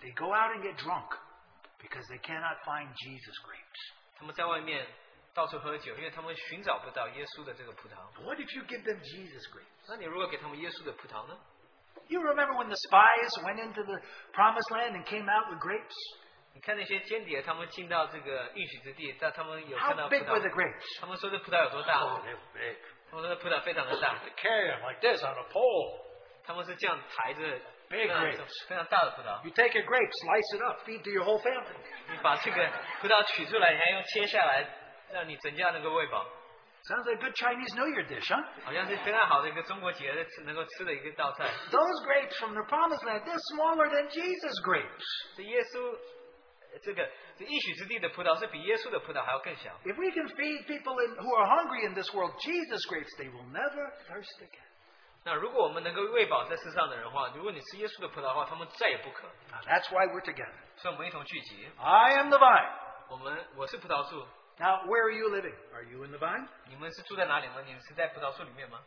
Speaker 2: They go out and get drunk because they cannot find Jesus grapes.
Speaker 1: 他们在外面到处喝酒，因为他们寻找不到耶稣的这个葡萄。
Speaker 2: What if you give them Jesus grapes?
Speaker 1: 那你如果给他们耶稣的葡萄呢？
Speaker 2: You remember when the spies went into the promised land and came out with grapes?
Speaker 1: 你看那些间谍，他们进到这个应许之地，但他们有看
Speaker 2: How
Speaker 1: 到葡
Speaker 2: big were the Oh
Speaker 1: 萄，
Speaker 2: grapes?
Speaker 1: 他们说这葡萄有多大？
Speaker 2: they were big.
Speaker 1: 他们说这葡萄非常的大，
Speaker 2: They carry them like this on a pole.
Speaker 1: 他们是这样抬着非
Speaker 2: Big
Speaker 1: 常
Speaker 2: grapes
Speaker 1: 非常大的葡萄。
Speaker 2: You take a grape, slice it up, feed to your whole family.
Speaker 1: 你把这个葡萄取出来，你还用切下来，让你整家能够喂饱，
Speaker 2: Sounds like a good Chinese New Year dish, huh?
Speaker 1: 好像是非常好的一个中国节的吃能够吃的一个道菜。
Speaker 2: Those grapes from the promised land, they're smaller than Jesus grapes.
Speaker 1: 这耶稣呃这个这应许之地的葡萄是比耶稣的葡萄还要更小。
Speaker 2: If we can feed people in, who are hungry in this world Jesus grapes, they will never thirst again.
Speaker 1: 那如果我们能够喂饱在世上的人的话，如果你吃耶稣的葡萄的话，他们再也不渴。
Speaker 2: Now, that's why we're together.
Speaker 1: 所以我们一同聚集。
Speaker 2: I am the vine.
Speaker 1: 我们我是葡萄树，
Speaker 2: Now, where are you living? Are you in the vine?
Speaker 1: 你们是住在哪里吗？你们是在葡萄树里面吗？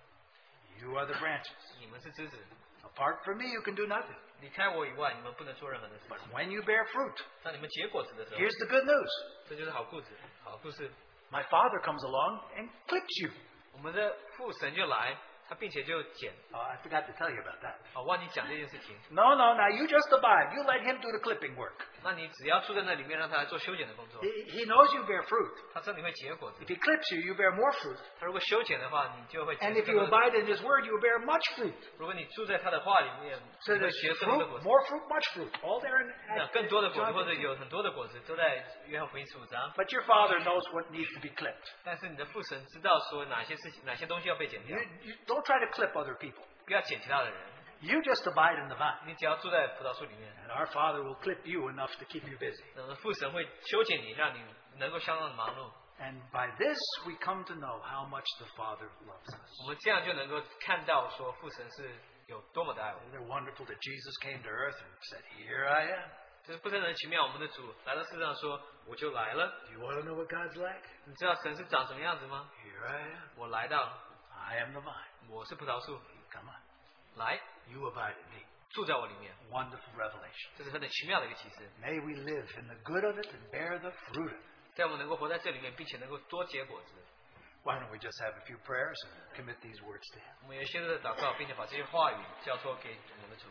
Speaker 2: You are the branches.
Speaker 1: 你们是枝子，
Speaker 2: Apart from me, you can do nothing.
Speaker 1: 离开我以外，你们不能做任何的事
Speaker 2: But
Speaker 1: 情。
Speaker 2: when you bear fruit,
Speaker 1: 当你们结果子的时候，
Speaker 2: here's the good news.
Speaker 1: 这就是好故事，好故事。
Speaker 2: My father comes along and clips you.
Speaker 1: 我们的父神就来，他并且就捡。
Speaker 2: Oh, I forgot to tell you about that.
Speaker 1: 啊，忘记讲这件事情。
Speaker 2: No, no, now you just abide. You let him do the clipping work.
Speaker 1: 那你只要住在那里面，让他来做修剪的工作，
Speaker 2: He, he knows you bear fruit.
Speaker 1: 他知道你会结果子
Speaker 2: If。he clips you, you bear more fruit.
Speaker 1: 他如果修剪的话，你就会结
Speaker 2: And if you
Speaker 1: 更多的。
Speaker 2: abide in his word, you bear much fruit.
Speaker 1: 如果你住在他的话里面，
Speaker 2: So
Speaker 1: 你会
Speaker 2: there's
Speaker 1: 结更多的果
Speaker 2: fruit,
Speaker 1: 子。
Speaker 2: more fruit, much fruit. All there in
Speaker 1: 那
Speaker 2: Acts
Speaker 1: 更多的果子
Speaker 2: John
Speaker 1: 或者
Speaker 2: 15.
Speaker 1: 有很多的果子都在约翰福音十五章。
Speaker 2: But your father knows what needs to be clipped.
Speaker 1: 但是你的父神知道说哪些事情、哪些东西要被剪掉，
Speaker 2: You, you don't try to clip other people.
Speaker 1: 不要剪其他的人。
Speaker 2: You just abide in the vine.
Speaker 1: 你只要住在葡萄树里面，
Speaker 2: And our father will clip you enough to keep you busy.
Speaker 1: 那么父神会修剪你，让你能够相当的忙碌。
Speaker 2: And by this, we come to know how much the Father loves us.
Speaker 1: 我们这样就能够看到说父神是有多么的爱我们。
Speaker 2: Isn't it wonderful that Jesus came to earth and said, Here I am?
Speaker 1: 就是不真的奇妙，我们的主来到世上说我就来了。
Speaker 2: Do you want to know what God's like?
Speaker 1: 你知道神是长什么样子吗？
Speaker 2: Here I am.
Speaker 1: 我来到，
Speaker 2: I am the vine.
Speaker 1: 我是葡萄树，
Speaker 2: Come on.
Speaker 1: 来
Speaker 2: You abide in me.
Speaker 1: 住在我里面，
Speaker 2: Wonderful revelation.
Speaker 1: 这是很奇妙的一个启示。
Speaker 2: May we live in the good of it and bear the fruit of it.
Speaker 1: 在我们能够活在这里面，并且能够多结果子。
Speaker 2: Why don't we just have a few prayers and commit these words to Him?
Speaker 1: 我们也现在的祷告，并且把这些话语交托给我们的主。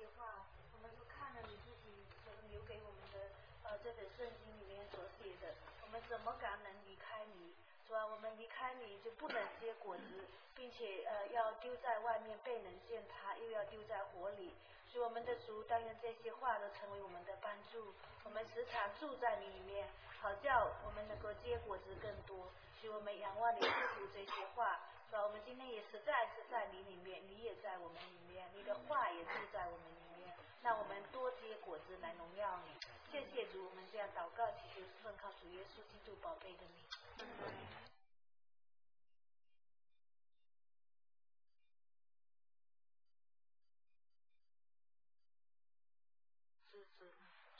Speaker 3: 的话，我们就看着你自己所留给我们的呃这本圣经里面所写的，我们怎么敢能离开你？主啊，我们离开你就不能结果子，并且呃要丢在外面被人践踏，又要丢在火里。所以我们的主，但愿这些话都成为我们的帮助。我们时常住在你里面，好叫我们能够结果子更多。所以我们仰望你，祝福这些话。主啊，我们今天也实在是在你里面，你也在我们里面，你的话也住在我们里面。让我们多结果子来荣耀你。谢谢主，我们这样祷告祈求，奉靠主耶稣基督宝贝的名。日子。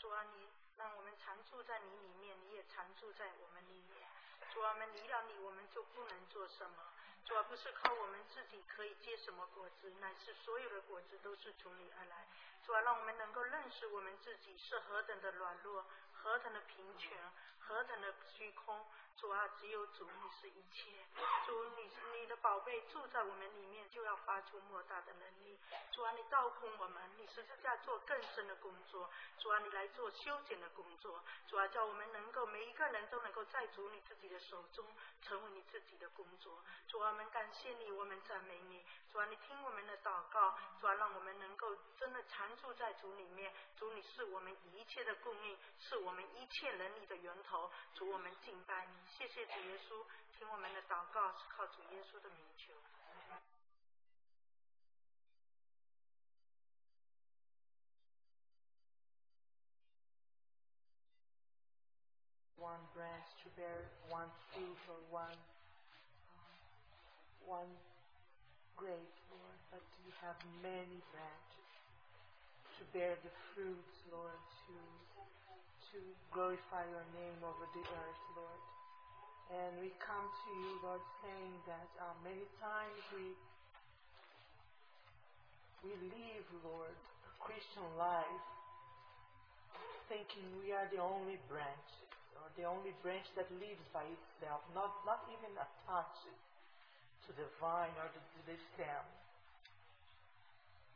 Speaker 3: 主啊，你让我们常住在你里面，你也常住在我们里面。主啊，我们离了你，我们就不能做什么。主啊，不是靠我们自己可以结什么果子，乃是所有的果子都是从你而来。主啊，让我们能够认识我们自己是何等的软弱，何等的贫穷，何等的虚空。主啊，只有主你是一切，主你你的宝贝住在我们里面，就要发出莫大的能力。主啊，你照顾我们，你实实在做更深的工作。主啊，你来做修剪的工作。主啊，叫我们能够每一个人都能够在主你自己的手中，成为你自己的工作。主啊，我们感谢你，我们赞美你。主啊，你听我们的祷告。主啊，让我们能够真的常住在主里面。主，你是我们一切的供应，是我们一切能力的源头。主，我们敬拜你。谢谢主耶稣，听我们的祷告，是靠主耶稣的名求。
Speaker 4: one branch to bear one fruit or one one grape, Lord, but you have many branches to bear the fruits, Lord, to to glorify your name over the earth, Lord. And we come to you, Lord, saying that uh, many times we we live, Lord, a Christian life, thinking we are the only branch, or the only branch that lives by itself, not, not even attached to the vine or the, to the stem.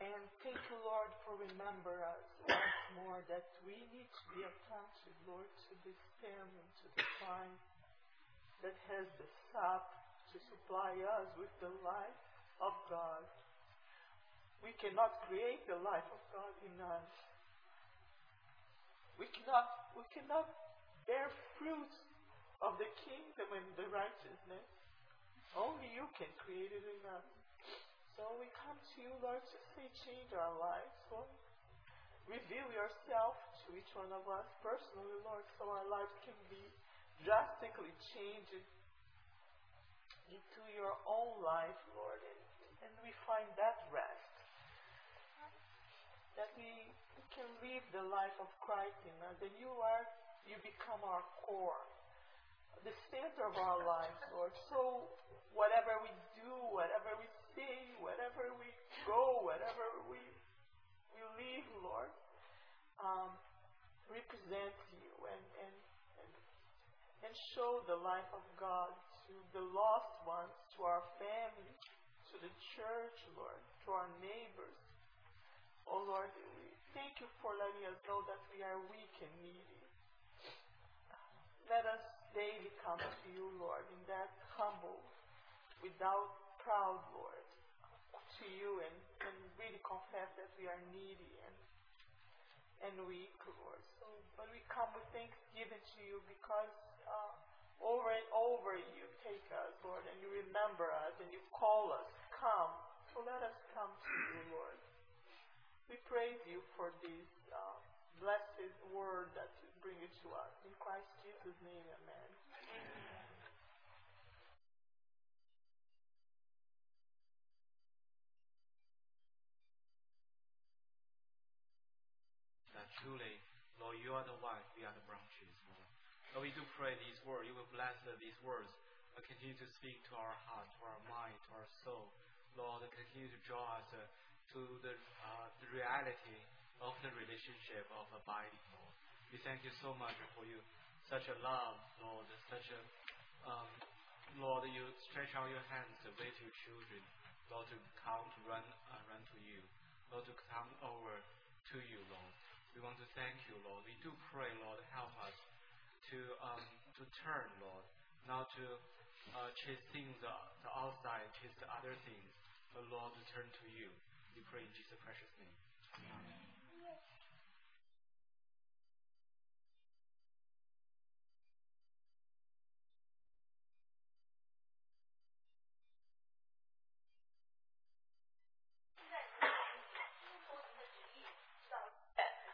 Speaker 4: And thank you, Lord, for remember us once more that we need to be attached, Lord, to the stem and to the vine that has the sap to supply us with the life of God. We cannot create the life of God in us. We cannot, we cannot bear fruits of the kingdom and the righteousness. Only you can create it in us. So we come to you, Lord, to say, change our lives, Lord. Reveal yourself to each one of us personally, Lord, so our lives can be drastically changed into your own life, Lord, and, and we find that rest that we can live the life of Christ in us, and you are, you become our core, the center of our lives, Lord. So whatever we do, whatever we say, whatever we go, whatever we we live, Lord, um, represents you and, and and and show the life of God to the lost ones, to our family, to the church, Lord, to our neighbors. Oh Lord, we thank you for letting us know that we are weak and needy. Let us daily come to you, Lord, in that humble, without proud, Lord, to you and, and really confess that we are needy and and weak, Lord. So, but we come with thanksgiving to you because uh, over and over you take us, Lord, and you remember us and you call us, come. So let us come to you, Lord.
Speaker 5: We praise you for this uh, blessed word that you bring it to us. In Christ Jesus' name, amen.
Speaker 6: that truly, Lord, you are the vine, we are the branches, Lord. Lord, we do pray these words, you will bless these words, and continue to speak to our heart, to our mind, to our soul. Lord, and continue to draw us uh, to the, uh, the reality of the relationship of abiding, Lord. We thank you so much for you, such a love, Lord, such a, um, Lord, you stretch out your hands away to your children, Lord, to come to run, uh, run to you, Lord, to come over to you, Lord. We want to thank you, Lord. We do pray, Lord, help us to um, to turn, Lord, not to uh, chase things uh, the outside, chase the other things, but Lord, to turn to you. We pray in Jesus' precious name.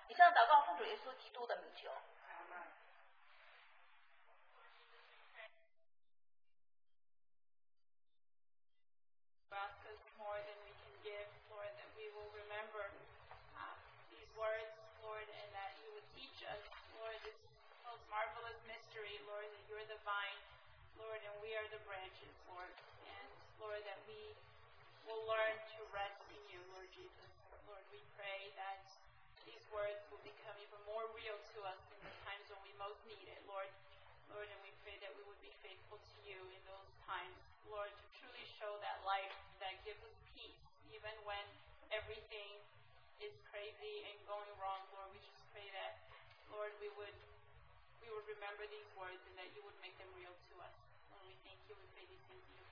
Speaker 7: 以上祷告奉主耶稣基督的名求。
Speaker 5: for us is more than we can give, Lord, that we will remember uh, these words, Lord, and that you would teach us, Lord, this most marvelous mystery, Lord, that you're the vine, Lord, and we are the branches, Lord, and Lord, that we will learn to rest in you, Lord Jesus. Lord, we pray that these words will become even more real to us in the times when we most need it, Lord. Lord, and we pray that we would be faithful to you in those times, Lord, to truly show that life that gives us peace, even when everything is crazy and going wrong, Lord. We just pray that, Lord, we would we would remember these words and that you would make them real to us. Lord, we thank you. We pray these things in your